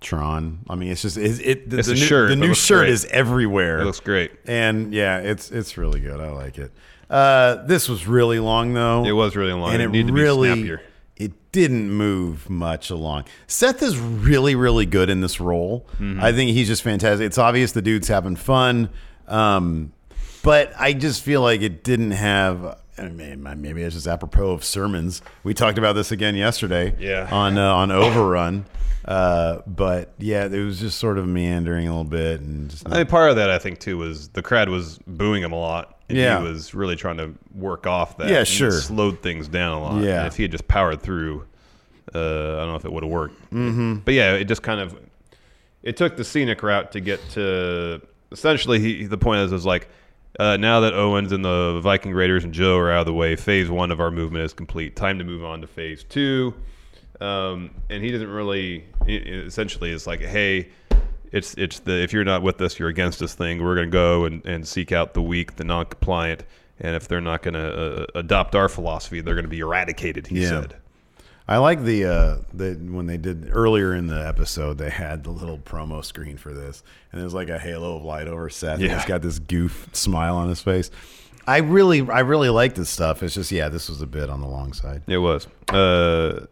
Speaker 4: Tron. I mean, it's just it. it the,
Speaker 5: It's
Speaker 4: the
Speaker 5: a
Speaker 4: new,
Speaker 5: shirt.
Speaker 4: The
Speaker 5: It
Speaker 4: new
Speaker 5: looks
Speaker 4: shirt
Speaker 5: great.
Speaker 4: is everywhere.
Speaker 5: It looks great.
Speaker 4: And yeah, it's it's really good. I like it. Uh, this was really long though.
Speaker 5: It was really long.
Speaker 4: and
Speaker 5: It
Speaker 4: it,
Speaker 5: needed to be
Speaker 4: really
Speaker 5: snappier.
Speaker 4: it didn't move much along. Seth is really really good in this role.
Speaker 5: Mhm.
Speaker 4: I think he's just fantastic. It's obvious the dude's having fun, um, but I just feel like it didn't have. I mean, maybe it's just apropos of sermons. We talked about this again yesterday
Speaker 5: Yeah.
Speaker 4: on uh, on Overrun. Uh, but yeah, it was just sort of meandering a little bit and just
Speaker 5: I mean, part of that I think too was the crowd was booing him a lot, and
Speaker 4: Yeah.
Speaker 5: he was really trying to work off that.
Speaker 4: Yeah,
Speaker 5: and it
Speaker 4: sure.
Speaker 5: slowed things down a lot.
Speaker 4: Yeah.
Speaker 5: And if he had just powered through, uh, I don't know if it would have worked.
Speaker 4: Mhm.
Speaker 5: But yeah, it just kind of it took the scenic route to get to. Essentially, he, the point is, is like uh, now that Owens and the Viking Raiders and Joe are out of the way, phase one of our movement is complete. Time to move on to phase two. Um, and he doesn't really. It, it essentially, it's like, hey, it's it's the if you're not with us, you're against us thing. We're gonna go and, and seek out the weak, the non-compliant, and if they're not gonna uh, adopt our philosophy, they're gonna be eradicated. He said.
Speaker 4: I like the uh, the when they did earlier in the episode, they had the little promo screen for this, and there's like a halo of light over Seth. and
Speaker 5: Yeah.
Speaker 4: he's got this goof smile on his face. I really, I really like this stuff. It's just, yeah, this was a bit on the long side.
Speaker 5: It was. Uh,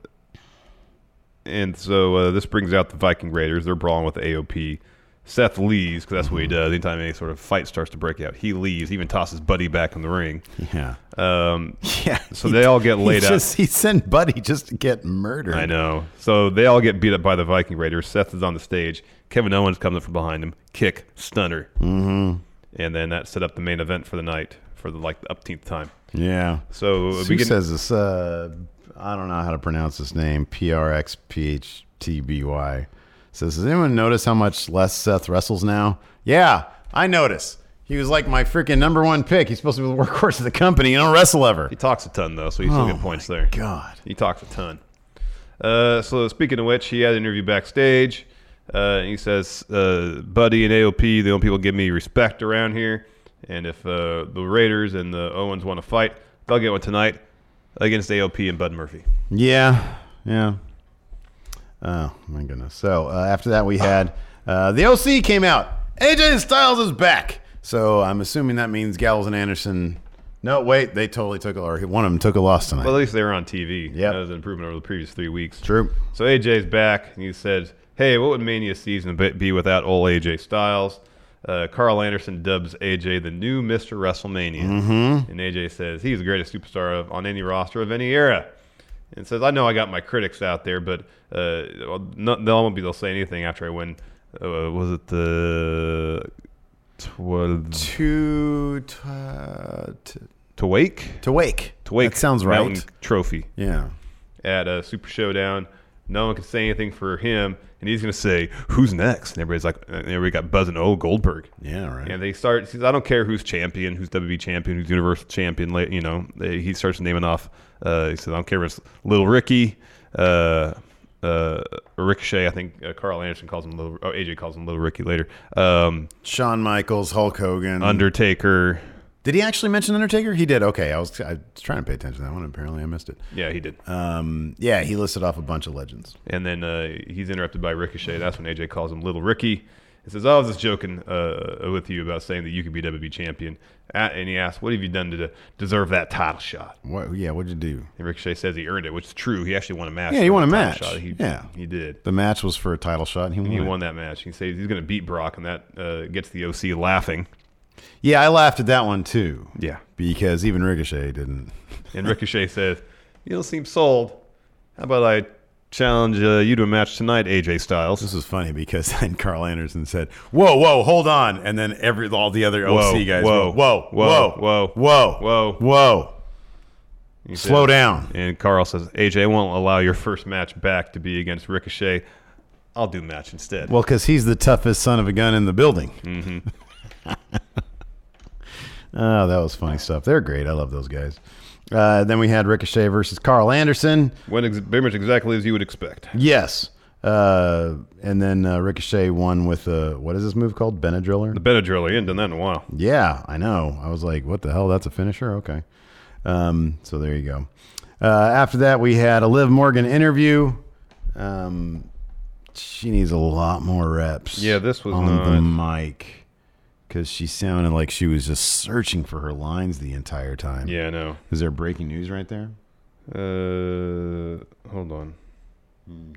Speaker 5: and so uh, this brings out the Viking Raiders. They're brawling with AOP. Seth leaves because that's what he
Speaker 4: Mm-hmm.
Speaker 5: does. Anytime any sort of fight starts to break out, he leaves. He even tosses Buddy back in the ring.
Speaker 4: Yeah.
Speaker 5: Um,
Speaker 4: yeah.
Speaker 5: So they all get
Speaker 4: He
Speaker 5: laid out.
Speaker 4: just- He sent Buddy just to get murdered.
Speaker 5: I know. So they all get beat up by the Viking Raiders. Seth is on the stage. Kevin Owens comes up from behind him, kick, stunner,
Speaker 4: Mm-hmm.
Speaker 5: and then that set up the main event for the night for the like the upteenth time.
Speaker 4: Yeah.
Speaker 5: So
Speaker 4: Sue
Speaker 5: we get-
Speaker 4: says this. Uh, I don't know how to pronounce this name. P R X P H T B Y. Says, does anyone notice how much less Seth wrestles now? Yeah, I notice. He was like my freaking number one pick. He's supposed to be the workhorse of the company. You don't wrestle ever. He
Speaker 5: talks a ton though, so you still
Speaker 4: Oh
Speaker 5: get points there.
Speaker 4: God.
Speaker 5: he talks a ton. Uh, so speaking of which, he had an interview backstage. Uh, and he says, uh, "Buddy and AOP, the only people give me respect around here. And if uh, the Raiders and the Owens want to fight, they'll get one tonight against AOP and Bud Murphy."
Speaker 4: Yeah, yeah. Oh my goodness. So uh, after that, we had uh, the OC came out. AJ Styles is back. So I'm assuming that means Gallows and Anderson. No, wait, they totally took a or one of them took a loss tonight.
Speaker 5: Well, at least they were on TV. Yeah, that was an improvement over the previous three weeks.
Speaker 4: True.
Speaker 5: So AJ's back, and he says, "Hey, what would Mania season be- be without old AJ Styles?" Uh, Carl Anderson dubs AJ the new Mr. WrestleMania,
Speaker 4: Mhm.
Speaker 5: and AJ says he's the greatest superstar of, on any roster of any era. And says, "I know I got my critics out there, but uh, no, they won't be. They'll say anything after I win. Uh, was it the twelve
Speaker 4: two to,
Speaker 5: to wake
Speaker 4: to wake
Speaker 5: to wake?
Speaker 4: That sounds right.
Speaker 5: Mountain Trophy.
Speaker 4: Yeah.
Speaker 5: At a Super Showdown, no one can say anything for him, and he's gonna say, "Who's next?" And everybody's like, and "Everybody got buzzing." Oh, Goldberg.
Speaker 4: Yeah, right.
Speaker 5: And they start. Says, I don't care who's champion, who's WWE champion, who's Universal champion. like, You know, they, he starts naming off. Uh, he says, "I don't care if it's Little Ricky." Uh, uh, Ricochet, I think uh, Carl Anderson calls him Little. Oh, AJ calls him Little Ricky later. Um,
Speaker 4: Shawn Michaels, Hulk Hogan,
Speaker 5: Undertaker,
Speaker 4: Did he actually mention Undertaker? He did. Okay, I was I was trying to pay attention to that one. Apparently, I missed it.
Speaker 5: Yeah, he did.
Speaker 4: Um, yeah, he listed off a bunch of legends.
Speaker 5: And then uh, he's interrupted by Ricochet. That's when AJ calls him Little Ricky. He says, "Oh, "I was just joking uh, with you about saying that you could be WWE champion." A- And he asks, "What have you done to de- deserve that title shot?"
Speaker 4: What? Yeah, what'd you do?
Speaker 5: And Ricochet says he earned it, which is true. He actually won a match.
Speaker 4: Yeah, he
Speaker 5: for
Speaker 4: won a
Speaker 5: the title
Speaker 4: match.
Speaker 5: shot. He,
Speaker 4: Yeah.
Speaker 5: he did.
Speaker 4: The match was for a title shot, and he won.
Speaker 5: He
Speaker 4: it.
Speaker 5: won that match. He says he's going to beat Brock, and that uh, gets the OC laughing.
Speaker 4: Yeah, I laughed at that one too.
Speaker 5: Yeah.
Speaker 4: because even Ricochet didn't.
Speaker 5: And Ricochet says, "You don't seem sold. How about I challenge uh, you to a match tonight, AJ Styles?"
Speaker 4: This is funny because then Carl Anderson said, "Whoa, whoa, hold on," and then every all the other OC guys,
Speaker 5: whoa,
Speaker 4: went, whoa,
Speaker 5: whoa,
Speaker 4: whoa,
Speaker 5: whoa,
Speaker 4: whoa,
Speaker 5: whoa,
Speaker 4: whoa.
Speaker 5: He
Speaker 4: Slow down.
Speaker 5: And Carl says, "AJ won't allow your first match back to be against Ricochet. I'll do match instead."
Speaker 4: Well, because he's the toughest son of a gun in the building.
Speaker 5: Mhm.
Speaker 4: Oh, that was funny stuff. They're great. I love those guys. Uh, then we had Ricochet versus Carl Anderson.
Speaker 5: went ex- pretty much exactly as you would expect.
Speaker 4: Yes. Uh, and then uh, Ricochet won with a, what is this move called? Benadriller?
Speaker 5: The Benadryl, he hadn't done that in a while.
Speaker 4: Yeah, I know. I was like, what the hell? That's a finisher? Okay. Um, so there you go. Uh, after that, we had a Liv Morgan interview. Um, she needs a lot more reps.
Speaker 5: Yeah, this was
Speaker 4: on the mic because she sounded like she was just searching for her lines the entire time.
Speaker 5: Yeah, I know.
Speaker 4: Is there breaking news right there?
Speaker 5: Uh, hold on. Hmm.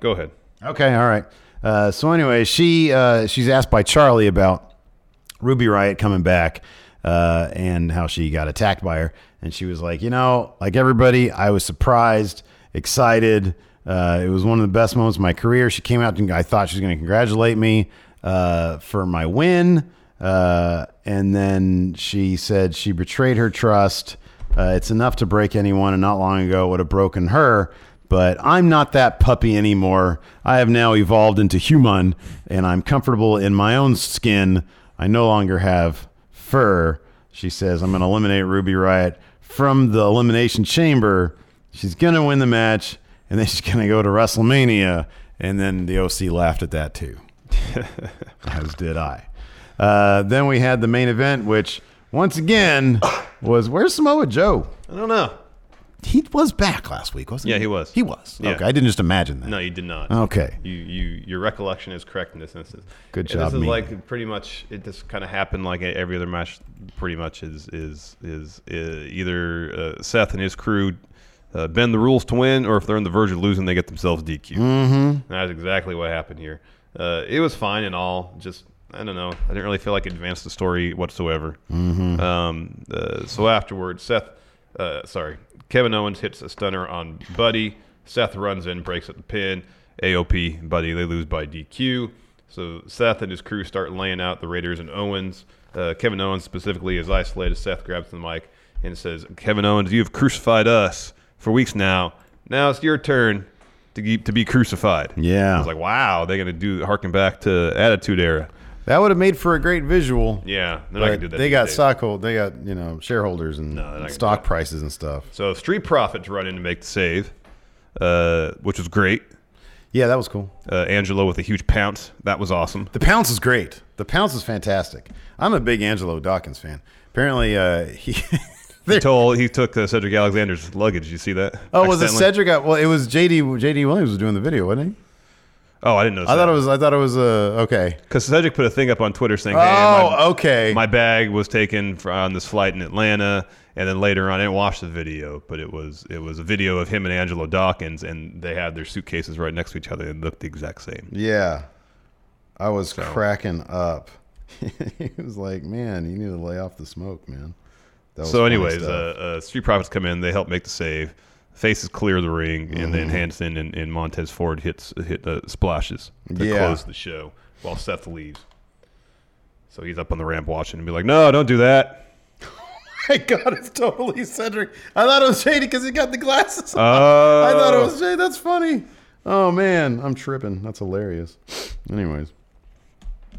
Speaker 5: Go ahead.
Speaker 4: Okay, all right. Uh, so anyway, she uh, she's asked by Charlie about Ruby Riot coming back uh, and how she got attacked by her, and she was like, you know, like everybody, I was surprised, excited. Uh, it was one of the best moments of my career. She came out and I thought she was going to congratulate me uh, for my win, uh, and then she said she betrayed her trust. Uh, it's enough to break anyone, and not long ago it would have broken her. But I'm not that puppy anymore. I have now evolved into human, and I'm comfortable in my own skin. I no longer have fur. She says, I'm going to eliminate Ruby Riot from the Elimination Chamber. She's going to win the match, and then she's going to go to WrestleMania. And then the OC laughed at that, too, as did I. Uh, then we had the main event, which once again was where's Samoa Joe?
Speaker 5: I don't know.
Speaker 4: He was back last week, wasn't he?
Speaker 5: Yeah, he was.
Speaker 4: He was.
Speaker 5: Yeah.
Speaker 4: Okay, I didn't just imagine that.
Speaker 5: No, you did not.
Speaker 4: Okay.
Speaker 5: You you your recollection is correct in this instance.
Speaker 4: Good
Speaker 5: And
Speaker 4: job,
Speaker 5: This is
Speaker 4: me.
Speaker 5: like pretty much it just kind of happened like e, every other match. Pretty much is is is, uh, either uh, Seth and his crew uh, bend the rules to win, or if they're on the verge of losing, they get themselves DQ.
Speaker 4: Mhm.
Speaker 5: That's exactly what happened here. Uh, it was fine and all. Just I don't know. I didn't really feel like it advanced the story whatsoever.
Speaker 4: Mhm.
Speaker 5: Um, uh, so afterwards, Seth, uh, sorry, Kevin Owens hits a stunner on Buddy. Seth runs in, breaks up the pin. AOP, Buddy, they lose by DQ. So Seth and his crew start laying out the Raiders and Owens. Uh, Kevin Owens specifically is isolated. Seth grabs the mic and says, "Kevin Owens, you have crucified us for weeks now. Now it's your turn to keep, to be crucified."
Speaker 4: Yeah.
Speaker 5: I was like, "Wow, they're gonna do harken back to Attitude Era."
Speaker 4: That would have made for a great visual.
Speaker 5: Yeah, they're not gonna
Speaker 4: but
Speaker 5: do that
Speaker 4: They
Speaker 5: these
Speaker 4: got
Speaker 5: days.
Speaker 4: stockhold. They got you know shareholders and
Speaker 5: gonna
Speaker 4: stock prices and stuff.
Speaker 5: So Street Profits run in to make the save, uh, which was great.
Speaker 4: Yeah, that was cool.
Speaker 5: Uh, Angelo with a huge pounce. That was awesome.
Speaker 4: The pounce is great. The pounce is fantastic. I'm a big Angelo Dawkins fan. Apparently, uh, he.
Speaker 5: He, told, he took uh, Cedric Alexander's luggage. Did you see that?
Speaker 4: oh, was it
Speaker 5: Accidentally?
Speaker 4: Cedric? Well, it was JD. JD Williams was doing the video, wasn't he?
Speaker 5: Oh, I didn't know.
Speaker 4: I thought it was. I thought it was. Uh, okay.
Speaker 5: Because Cedric put a thing up on Twitter saying, hey,
Speaker 4: Oh,
Speaker 5: my,
Speaker 4: okay.
Speaker 5: my bag was taken fr- on this flight in Atlanta. And then later on, I didn't watch the video, but it was it was a video of him and Angelo Dawkins, and they had their suitcases right next to each other. and looked the exact same.
Speaker 4: Yeah, I was cracking up. he was like, "Man, you need to lay off the smoke, man." That was
Speaker 5: so,
Speaker 4: funny
Speaker 5: anyways, uh,
Speaker 4: stuff.
Speaker 5: uh, Street Profits come in. They help make the save. Faces clear the ring, and then
Speaker 4: Mhm.
Speaker 5: Hanson and, and Montez Ford hits hit uh, splashes to
Speaker 4: Yeah.
Speaker 5: close the show while Seth leaves. So he's up on the ramp watching and be like, "No, don't do that."
Speaker 4: My God, it's totally Cedric. I thought it was Shady because he got the glasses. on.
Speaker 5: Oh.
Speaker 4: I thought it was Shady. That's funny. Oh man, I'm tripping. That's hilarious. Anyways,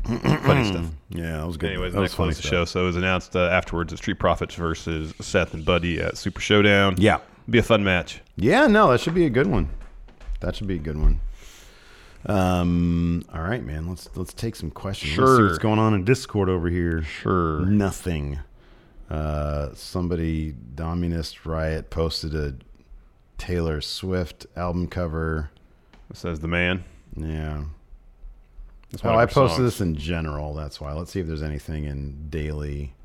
Speaker 5: Funny stuff.
Speaker 4: Yeah, that was good.
Speaker 5: Anyways,
Speaker 4: that
Speaker 5: that,
Speaker 4: was funny
Speaker 5: closed the show. So it was announced uh, afterwards that Street Profits versus Seth and Buddy at Super Showdown.
Speaker 4: Yeah,
Speaker 5: be a fun match.
Speaker 4: Yeah, no, that should be a good one. That should be a good one. Um, all right, man. Let's let's take some questions. Let's see
Speaker 5: Sure.
Speaker 4: what's going on in Discord over here?
Speaker 5: Sure.
Speaker 4: Nothing. Uh, somebody Dominist Riot posted a Taylor Swift album cover.
Speaker 5: It says the man.
Speaker 4: Yeah.
Speaker 5: That's one
Speaker 4: oh,
Speaker 5: of
Speaker 4: I
Speaker 5: her
Speaker 4: posted
Speaker 5: songs.
Speaker 4: this in general. That's why. Let's see if there's anything in daily.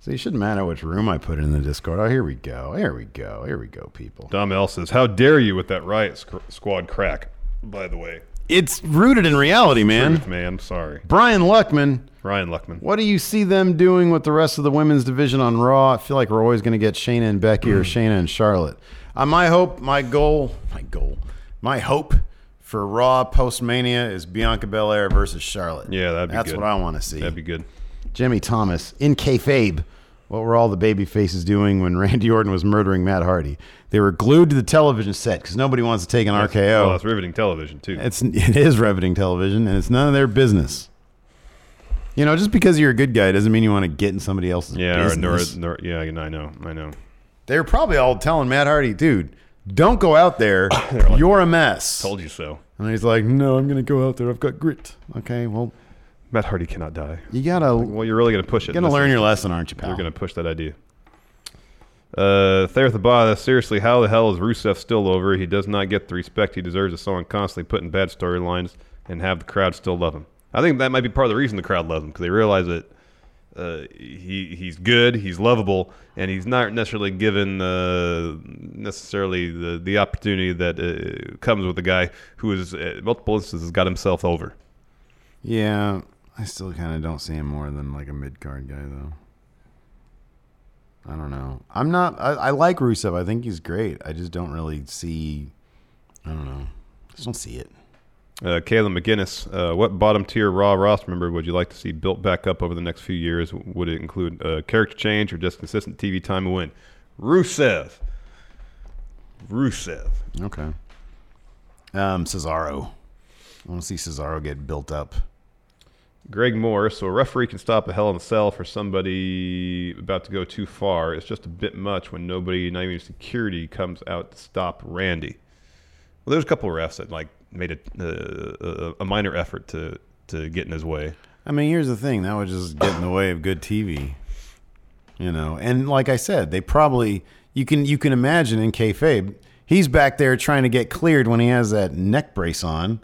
Speaker 4: So it shouldn't matter which room I put in the Discord. Oh, here we go. Here we go. Here we go, people.
Speaker 5: Dom L says, "How dare you with that riot squ- squad crack?" By the way,
Speaker 4: It's rooted in reality, man.
Speaker 5: Truth, man. Sorry,
Speaker 4: Brian Luckman.
Speaker 5: Ryan Luckman.
Speaker 4: What do you see them doing with the rest of the women's division on Raw? I feel like we're always going to get Shayna and Becky or Shayna and Charlotte. Uh, my hope, my goal, my goal, my hope for Raw post Mania is Bianca Belair versus Charlotte.
Speaker 5: Yeah, that'd be
Speaker 4: That's
Speaker 5: good.
Speaker 4: what I want to see.
Speaker 5: That'd be good.
Speaker 4: Jimmy Thomas in kayfabe. What were all the baby faces doing when Randy Orton was murdering Matt Hardy? They were glued to the television set because nobody wants to take an RKO.
Speaker 5: Oh, that's riveting television too.
Speaker 4: It's it is riveting television, and it's none of their business. You know, just because you're a good guy doesn't mean you want to get in somebody else's
Speaker 5: yeah, or, nor,
Speaker 4: business.
Speaker 5: nor, yeah, I know, I know.
Speaker 4: They were probably all telling Matt Hardy, "Dude, don't go out there. you're a mess."
Speaker 5: Told you so.
Speaker 4: And he's like, "No, I'm going to go out there. I've got grit." Okay, well,
Speaker 5: Matt Hardy cannot die.
Speaker 4: you gotta
Speaker 5: Well, you're really going to push it.
Speaker 4: Gonna
Speaker 5: This
Speaker 4: learn
Speaker 5: is-
Speaker 4: your lesson, aren't you, pal?
Speaker 5: You're going to push that idea. Uh, Thayer Thabada, seriously, how the hell is Rusev still over? He does not get the respect he deserves as someone constantly put in bad storylines and have the crowd still love him. I think that might be part of the reason the crowd loves him because they realize that uh, he he's good, he's lovable, and he's not necessarily given uh, necessarily the the opportunity that uh, comes with a guy who is uh, multiple instances got himself over.
Speaker 4: yeah. I still kind of don't see him more than like a mid card guy, though. I don't know. I'm not. I, I like Rusev. I think he's great. I just don't really see. I don't know. I just don't see it.
Speaker 5: Uh, Kayla McGinnis, uh, what bottom tier Raw roster member would you like to see built back up over the next few years? Would it include uh, character change or just consistent TV time and win? Rusev. Rusev.
Speaker 4: Okay. Um, Cesaro. I want to see Cesaro get built up.
Speaker 5: Greg Moore, so a referee can stop a hell in a cell for somebody about to go too far. It's just a bit much when nobody, not even security, comes out to stop Randy. Well, there's a couple refs that like made a, uh, a a minor effort to to get in his way.
Speaker 4: I mean, here's the thing that would just get in the way of good TV. You know, and like I said, they probably you can you can imagine in kayfabe, he's back there trying to get cleared when he has that neck brace on,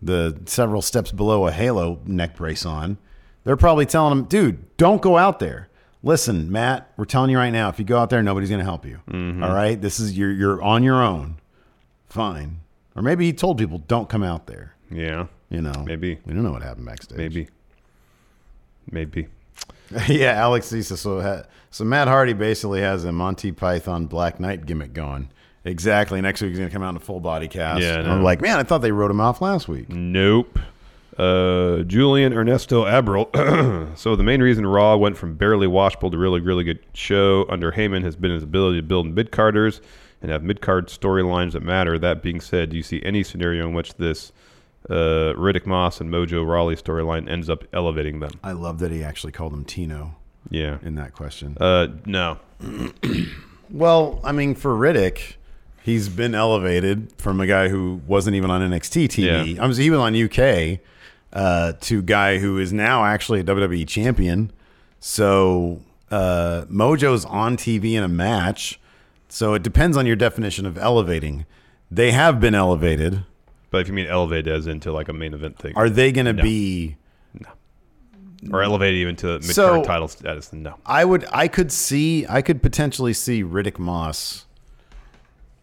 Speaker 4: the several steps below a halo neck brace on. They're probably telling him, dude, don't go out there. Listen, Matt, we're telling you right now, if you go out there, nobody's going to help you.
Speaker 5: Mm-hmm.
Speaker 4: All right, this is you're you're on your own. Fine, or maybe he told people don't come out there.
Speaker 5: Yeah,
Speaker 4: You know,
Speaker 5: maybe
Speaker 4: we don't know what happened backstage.
Speaker 5: Maybe. Maybe.
Speaker 4: yeah, Alex Cecil. So, ha- so Matt Hardy basically has a Monty Python Black Knight gimmick going. Exactly. Next week he's gonna come out in a full body cast.
Speaker 5: Yeah, I
Speaker 4: And I'm
Speaker 5: know.
Speaker 4: like, man, I thought they wrote him off last week.
Speaker 5: Nope. Uh, Julian Ernesto Abril. so the main reason Raw went from barely watchable to really, really good show under Heyman has been his ability to build mid-carders and have mid-card storylines that matter. That being said, do you see any scenario in which this uh, Riddick Moss and Mojo Rawley storyline ends up elevating them?
Speaker 4: I love that he actually called him Tino
Speaker 5: Yeah.
Speaker 4: in that question.
Speaker 5: Uh, no.
Speaker 4: Well, I mean, for Riddick, he's been elevated from a guy who wasn't even on NXT TV.
Speaker 5: Yeah.
Speaker 4: I was even on UK uh, to guy who is now actually a WWE champion. So uh, Mojo's on TV in a match. So it depends on your definition of elevating. They have been elevated.
Speaker 5: But if you mean elevate as into like a main event thing,
Speaker 4: Are they going to
Speaker 5: No.
Speaker 4: be?
Speaker 5: or elevate even to mid-card
Speaker 4: So-
Speaker 5: title status? No.
Speaker 4: I would I could see I could potentially see Riddick Moss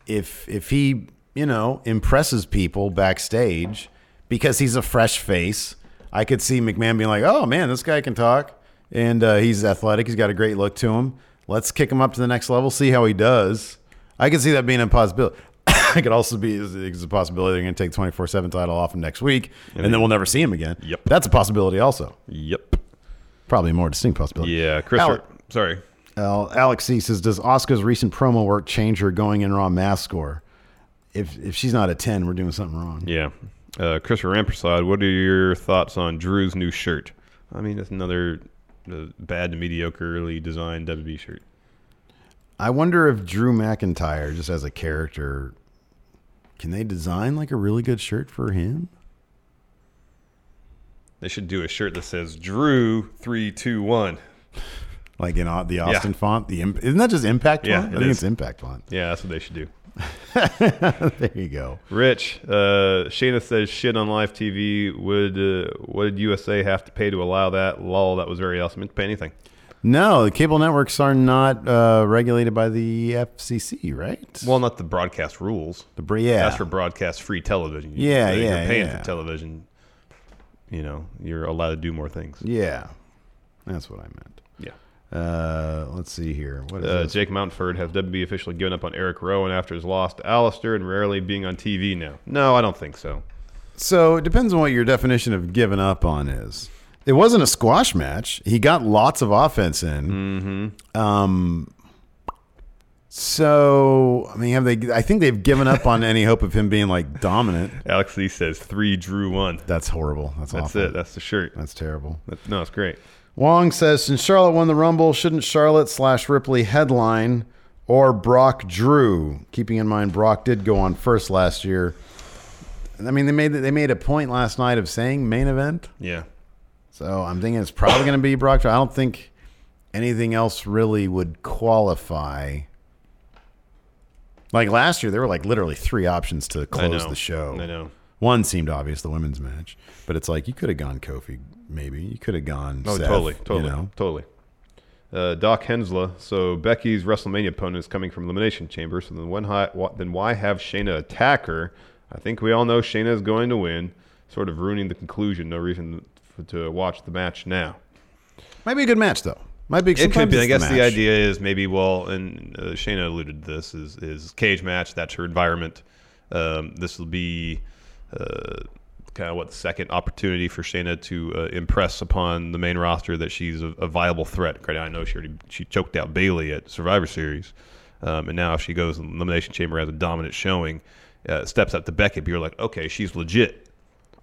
Speaker 4: if if he, you know, impresses people backstage because he's a fresh face. I could see McMahon being like, "Oh man, this guy can talk and uh, he's athletic. He's got a great look to him. Let's kick him up to the next level, see how he does." I could see that being a possibility. I could also be is is a possibility they're going to take 24/7 title off him next week and then we'll never see him again. Yep. That's a possibility also.
Speaker 5: Yep.
Speaker 4: Probably a more distinct possibility.
Speaker 5: Yeah, Chris.
Speaker 4: Al-
Speaker 5: sorry.
Speaker 4: Al- Alex C says, "Does Oscar's recent promo work change her going in raw math score? If if she's not a ten, we're doing something wrong."
Speaker 5: Yeah. Uh, Christopher Rampersad, what are your thoughts on Drew's new shirt? I mean, it's another uh, bad to mediocrely designed WB shirt.
Speaker 4: I wonder if Drew McIntyre, just as a character, can they design like a really good shirt for him?
Speaker 5: They should do a shirt that says Drew three two one.
Speaker 4: Like in au- the
Speaker 5: Yeah.
Speaker 4: Austin font, the imp- isn't that just impact
Speaker 5: Yeah,
Speaker 4: font?
Speaker 5: it
Speaker 4: I think
Speaker 5: is.
Speaker 4: it's impact font.
Speaker 5: Yeah, that's what they should do.
Speaker 4: there you go.
Speaker 5: Rich, uh, Shayna says shit on live TV. Would uh, what did USA have to pay to allow that? Lol, that was very awesome. Didn't pay anything.
Speaker 4: No, the cable networks are not uh, regulated by the FCC, right?
Speaker 5: Well, not the broadcast rules. The
Speaker 4: yeah.
Speaker 5: that's for broadcast free television.
Speaker 4: Yeah,
Speaker 5: if
Speaker 4: yeah,
Speaker 5: You're paying
Speaker 4: yeah.
Speaker 5: for television. You know, you're allowed to do more things.
Speaker 4: Yeah, that's what I meant. Yeah. Uh, let's see here. What is
Speaker 5: Uh,
Speaker 4: this?
Speaker 5: Jake Mountford has WB officially given up on Eric Rowan after his loss to Alistair and rarely being on TV now. No, I don't think so.
Speaker 4: So it depends on what your definition of giving up on is. It wasn't a squash match. He got lots of offense in. Mm-hmm. Um. So I mean, have they? I think they've given up on any hope of him being like dominant.
Speaker 5: Alex Lee says three drew one.
Speaker 4: That's horrible. That's,
Speaker 5: That's
Speaker 4: awful.
Speaker 5: it. That's the shirt.
Speaker 4: That's terrible.
Speaker 5: That, no, it's great.
Speaker 4: Wong says since Charlotte won the Rumble, shouldn't Charlotte slash Ripley headline or Brock Drew? Keeping in mind Brock did go on first last year. I mean, they made they made a point last night of saying main event.
Speaker 5: Yeah.
Speaker 4: So I'm thinking it's probably going to be Brock Drew. I don't think anything else really would qualify. Like last year, there were like literally three options to close
Speaker 5: know.
Speaker 4: the show.
Speaker 5: I know.
Speaker 4: One seemed obvious, the women's match, but it's like you could have gone Kofi, maybe you could have gone.
Speaker 5: Oh,
Speaker 4: Seth,
Speaker 5: totally,
Speaker 4: you
Speaker 5: totally,
Speaker 4: know?
Speaker 5: totally. Uh, Doc Hensler. So Becky's WrestleMania opponent is coming from Elimination Chamber. So then, when hi- wh- then why have Shayna attack her? I think we all know Shayna is going to win, sort of ruining the conclusion. No reason f- to watch the match now.
Speaker 4: Might be a good match though. Might be.
Speaker 5: It could
Speaker 4: sometimes
Speaker 5: be. I
Speaker 4: it's
Speaker 5: guess the
Speaker 4: match.
Speaker 5: idea is maybe well, and uh, Shayna alluded to this is is cage match. That's her environment. Um, this will be uh, kind of what the second opportunity for Shayna to uh, impress upon the main roster that she's a, a viable threat. Right now, I know she already she choked out Bailey at Survivor Series, um, and now if she goes in the elimination chamber has a dominant showing, uh, steps up to Beckett. You're like, okay, she's legit.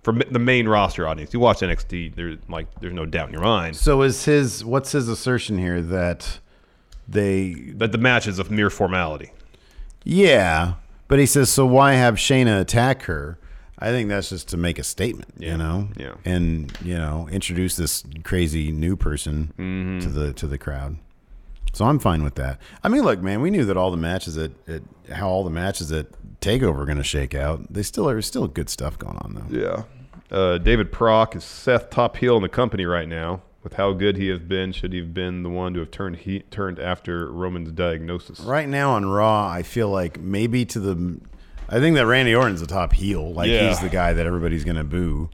Speaker 5: For m- the main roster audience, you watch NXT. There's like, there's no doubt in your mind.
Speaker 4: So is his what's his assertion here that they
Speaker 5: that the match is a mere formality.
Speaker 4: Yeah, but he says so. Why have Shayna attack her? I think that's just to make a statement,
Speaker 5: Yeah,
Speaker 4: you know,
Speaker 5: yeah.
Speaker 4: and you know, introduce this crazy new person
Speaker 5: Mm-hmm.
Speaker 4: to the to the crowd. So I'm fine with that. I mean, look, man, we knew that all the matches at, at how all the matches at Takeover were going to shake out. They still are still good stuff going on though.
Speaker 5: Yeah. Uh, David Proc is Seth top heel in the company right now. With how good he has been, should he have been the one to have turned he, turned after Roman's diagnosis?
Speaker 4: Right now on Raw, I feel like maybe to the, I think that Randy Orton's the top heel. Like
Speaker 5: Yeah.
Speaker 4: he's the guy that everybody's going to boo.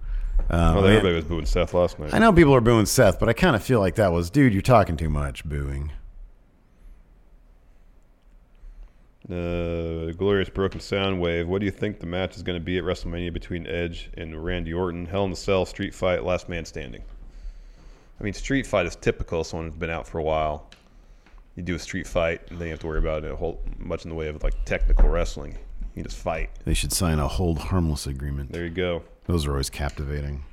Speaker 4: Um,
Speaker 5: Well,
Speaker 4: I mean,
Speaker 5: everybody was booing Seth last night.
Speaker 4: I know people are booing Seth, but I kind of feel like that was, dude, you're talking too much, booing.
Speaker 5: Uh, glorious broken sound wave. What do you think the match is going to be at WrestleMania between Edge and Randy Orton? Hell in a Cell, Street Fight, Last Man Standing. I mean, Street Fight is typical. Someone who's been out for a while. You do a Street Fight, and then you have to worry about a whole much in the way of like technical wrestling. You just fight.
Speaker 4: They should sign a hold harmless agreement.
Speaker 5: There you go.
Speaker 4: Those are always captivating.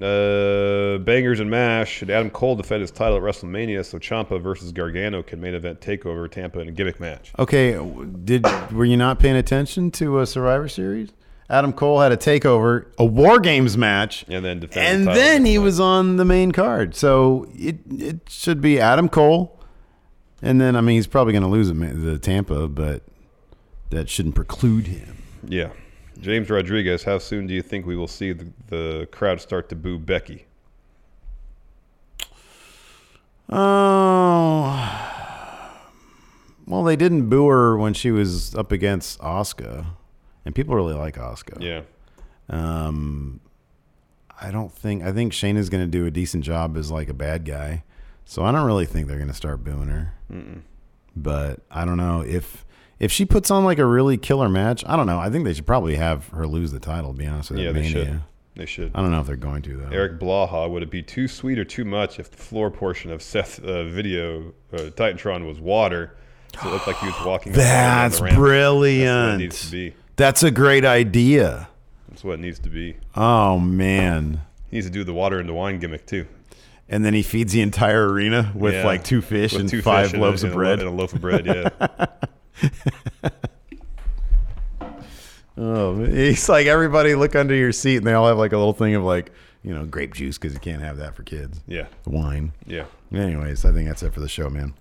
Speaker 5: Uh, bangers and mash. Should Adam Cole defend his title at WrestleMania so Champa versus Gargano can main event takeover Tampa in a gimmick match?
Speaker 4: Okay, w- did were you not paying attention to uh, Survivor Series? Adam Cole had a takeover, a War Games match,
Speaker 5: and then defend
Speaker 4: and
Speaker 5: the title.
Speaker 4: then he was on the main card. So it it should be Adam Cole, and then I mean he's probably going to lose him at the Tampa, but that shouldn't preclude him.
Speaker 5: yeah. James Rodriguez. How soon do you think we will see the, the crowd start to boo Becky?
Speaker 4: Oh, well, they didn't boo her when she was up against Oscar, and people really like Oscar.
Speaker 5: Yeah.
Speaker 4: Um, I don't think I think Shane is going to do a decent job as like a bad guy, so I don't really think they're going to start booing her.
Speaker 5: Mm-mm.
Speaker 4: But I don't know if if she puts on like a really killer match. I don't know. I think they should probably have her lose the title. To be honest with you,
Speaker 5: Yeah,
Speaker 4: at
Speaker 5: they should.
Speaker 4: Mania.
Speaker 5: They should.
Speaker 4: I don't know if they're going to though.
Speaker 5: Eric Blaha. Would it be too sweet or too much if the floor portion of Seth's uh, video uh, Titantron was water? So it looked like he was walking. up and down the
Speaker 4: That's
Speaker 5: ramp? That's what it
Speaker 4: brilliant.
Speaker 5: needs to be.
Speaker 4: That's a great idea.
Speaker 5: That's what it needs to be.
Speaker 4: Oh man.
Speaker 5: He needs to do the water into wine gimmick too.
Speaker 4: And then he feeds the entire arena with
Speaker 5: Yeah.
Speaker 4: like two fish
Speaker 5: With
Speaker 4: and
Speaker 5: two
Speaker 4: five
Speaker 5: fish and a-
Speaker 4: loaves
Speaker 5: and
Speaker 4: of
Speaker 5: a lo-
Speaker 4: bread.
Speaker 5: and a loaf of bread,
Speaker 4: yeah. oh, man. he's like everybody look under your seat and they all have like a little thing of like, you know, grape juice because you can't have that for kids.
Speaker 5: Yeah.
Speaker 4: Wine.
Speaker 5: Yeah.
Speaker 4: Anyways, I think that's it for the show, man.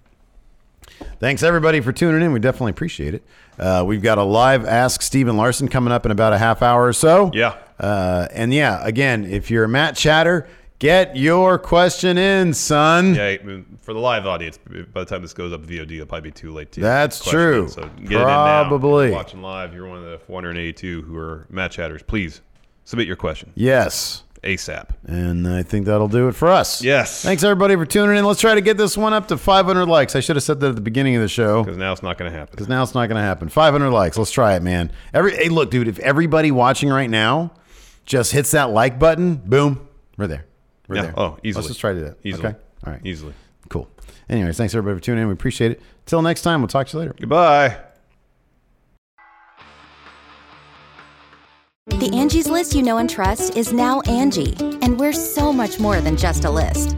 Speaker 4: Thanks everybody for tuning in. We definitely appreciate it. Uh, we've got a live Ask Steven Larson coming up in about a half hour or so.
Speaker 5: Yeah.
Speaker 4: Uh, and yeah, again, if you're a Matt Chatter, get your question in, son.
Speaker 5: Yeah, I mean, for the live audience, by the time this goes up VOD, it'll probably be too late. To
Speaker 4: That's
Speaker 5: question
Speaker 4: true.
Speaker 5: it, So get it in now.
Speaker 4: Probably.
Speaker 5: If you're watching live. You're one of the 482 who are match chatters. Please submit your question
Speaker 4: Yes.
Speaker 5: ASAP.
Speaker 4: And I think that'll do it for us.
Speaker 5: Yes.
Speaker 4: Thanks everybody for tuning in. Let's try to get this one up to 500 likes. I should have said that at the beginning of the show.
Speaker 5: Because now it's not going to happen.
Speaker 4: Because now it's not going to happen. 500 likes. Let's try it, man. Every hey, look, dude. If everybody watching right now just hits that like button, boom, we're there. We're
Speaker 5: Yeah.
Speaker 4: there.
Speaker 5: Oh, easily.
Speaker 4: Let's just try to do that.
Speaker 5: Easily.
Speaker 4: Okay. All right.
Speaker 5: Easily.
Speaker 4: Cool. Anyways, thanks everybody for tuning in. We appreciate it. Till next time, we'll talk to you later.
Speaker 5: Goodbye.
Speaker 10: The Angie's list you know and trust is now Angie, and we're so much more than just a list.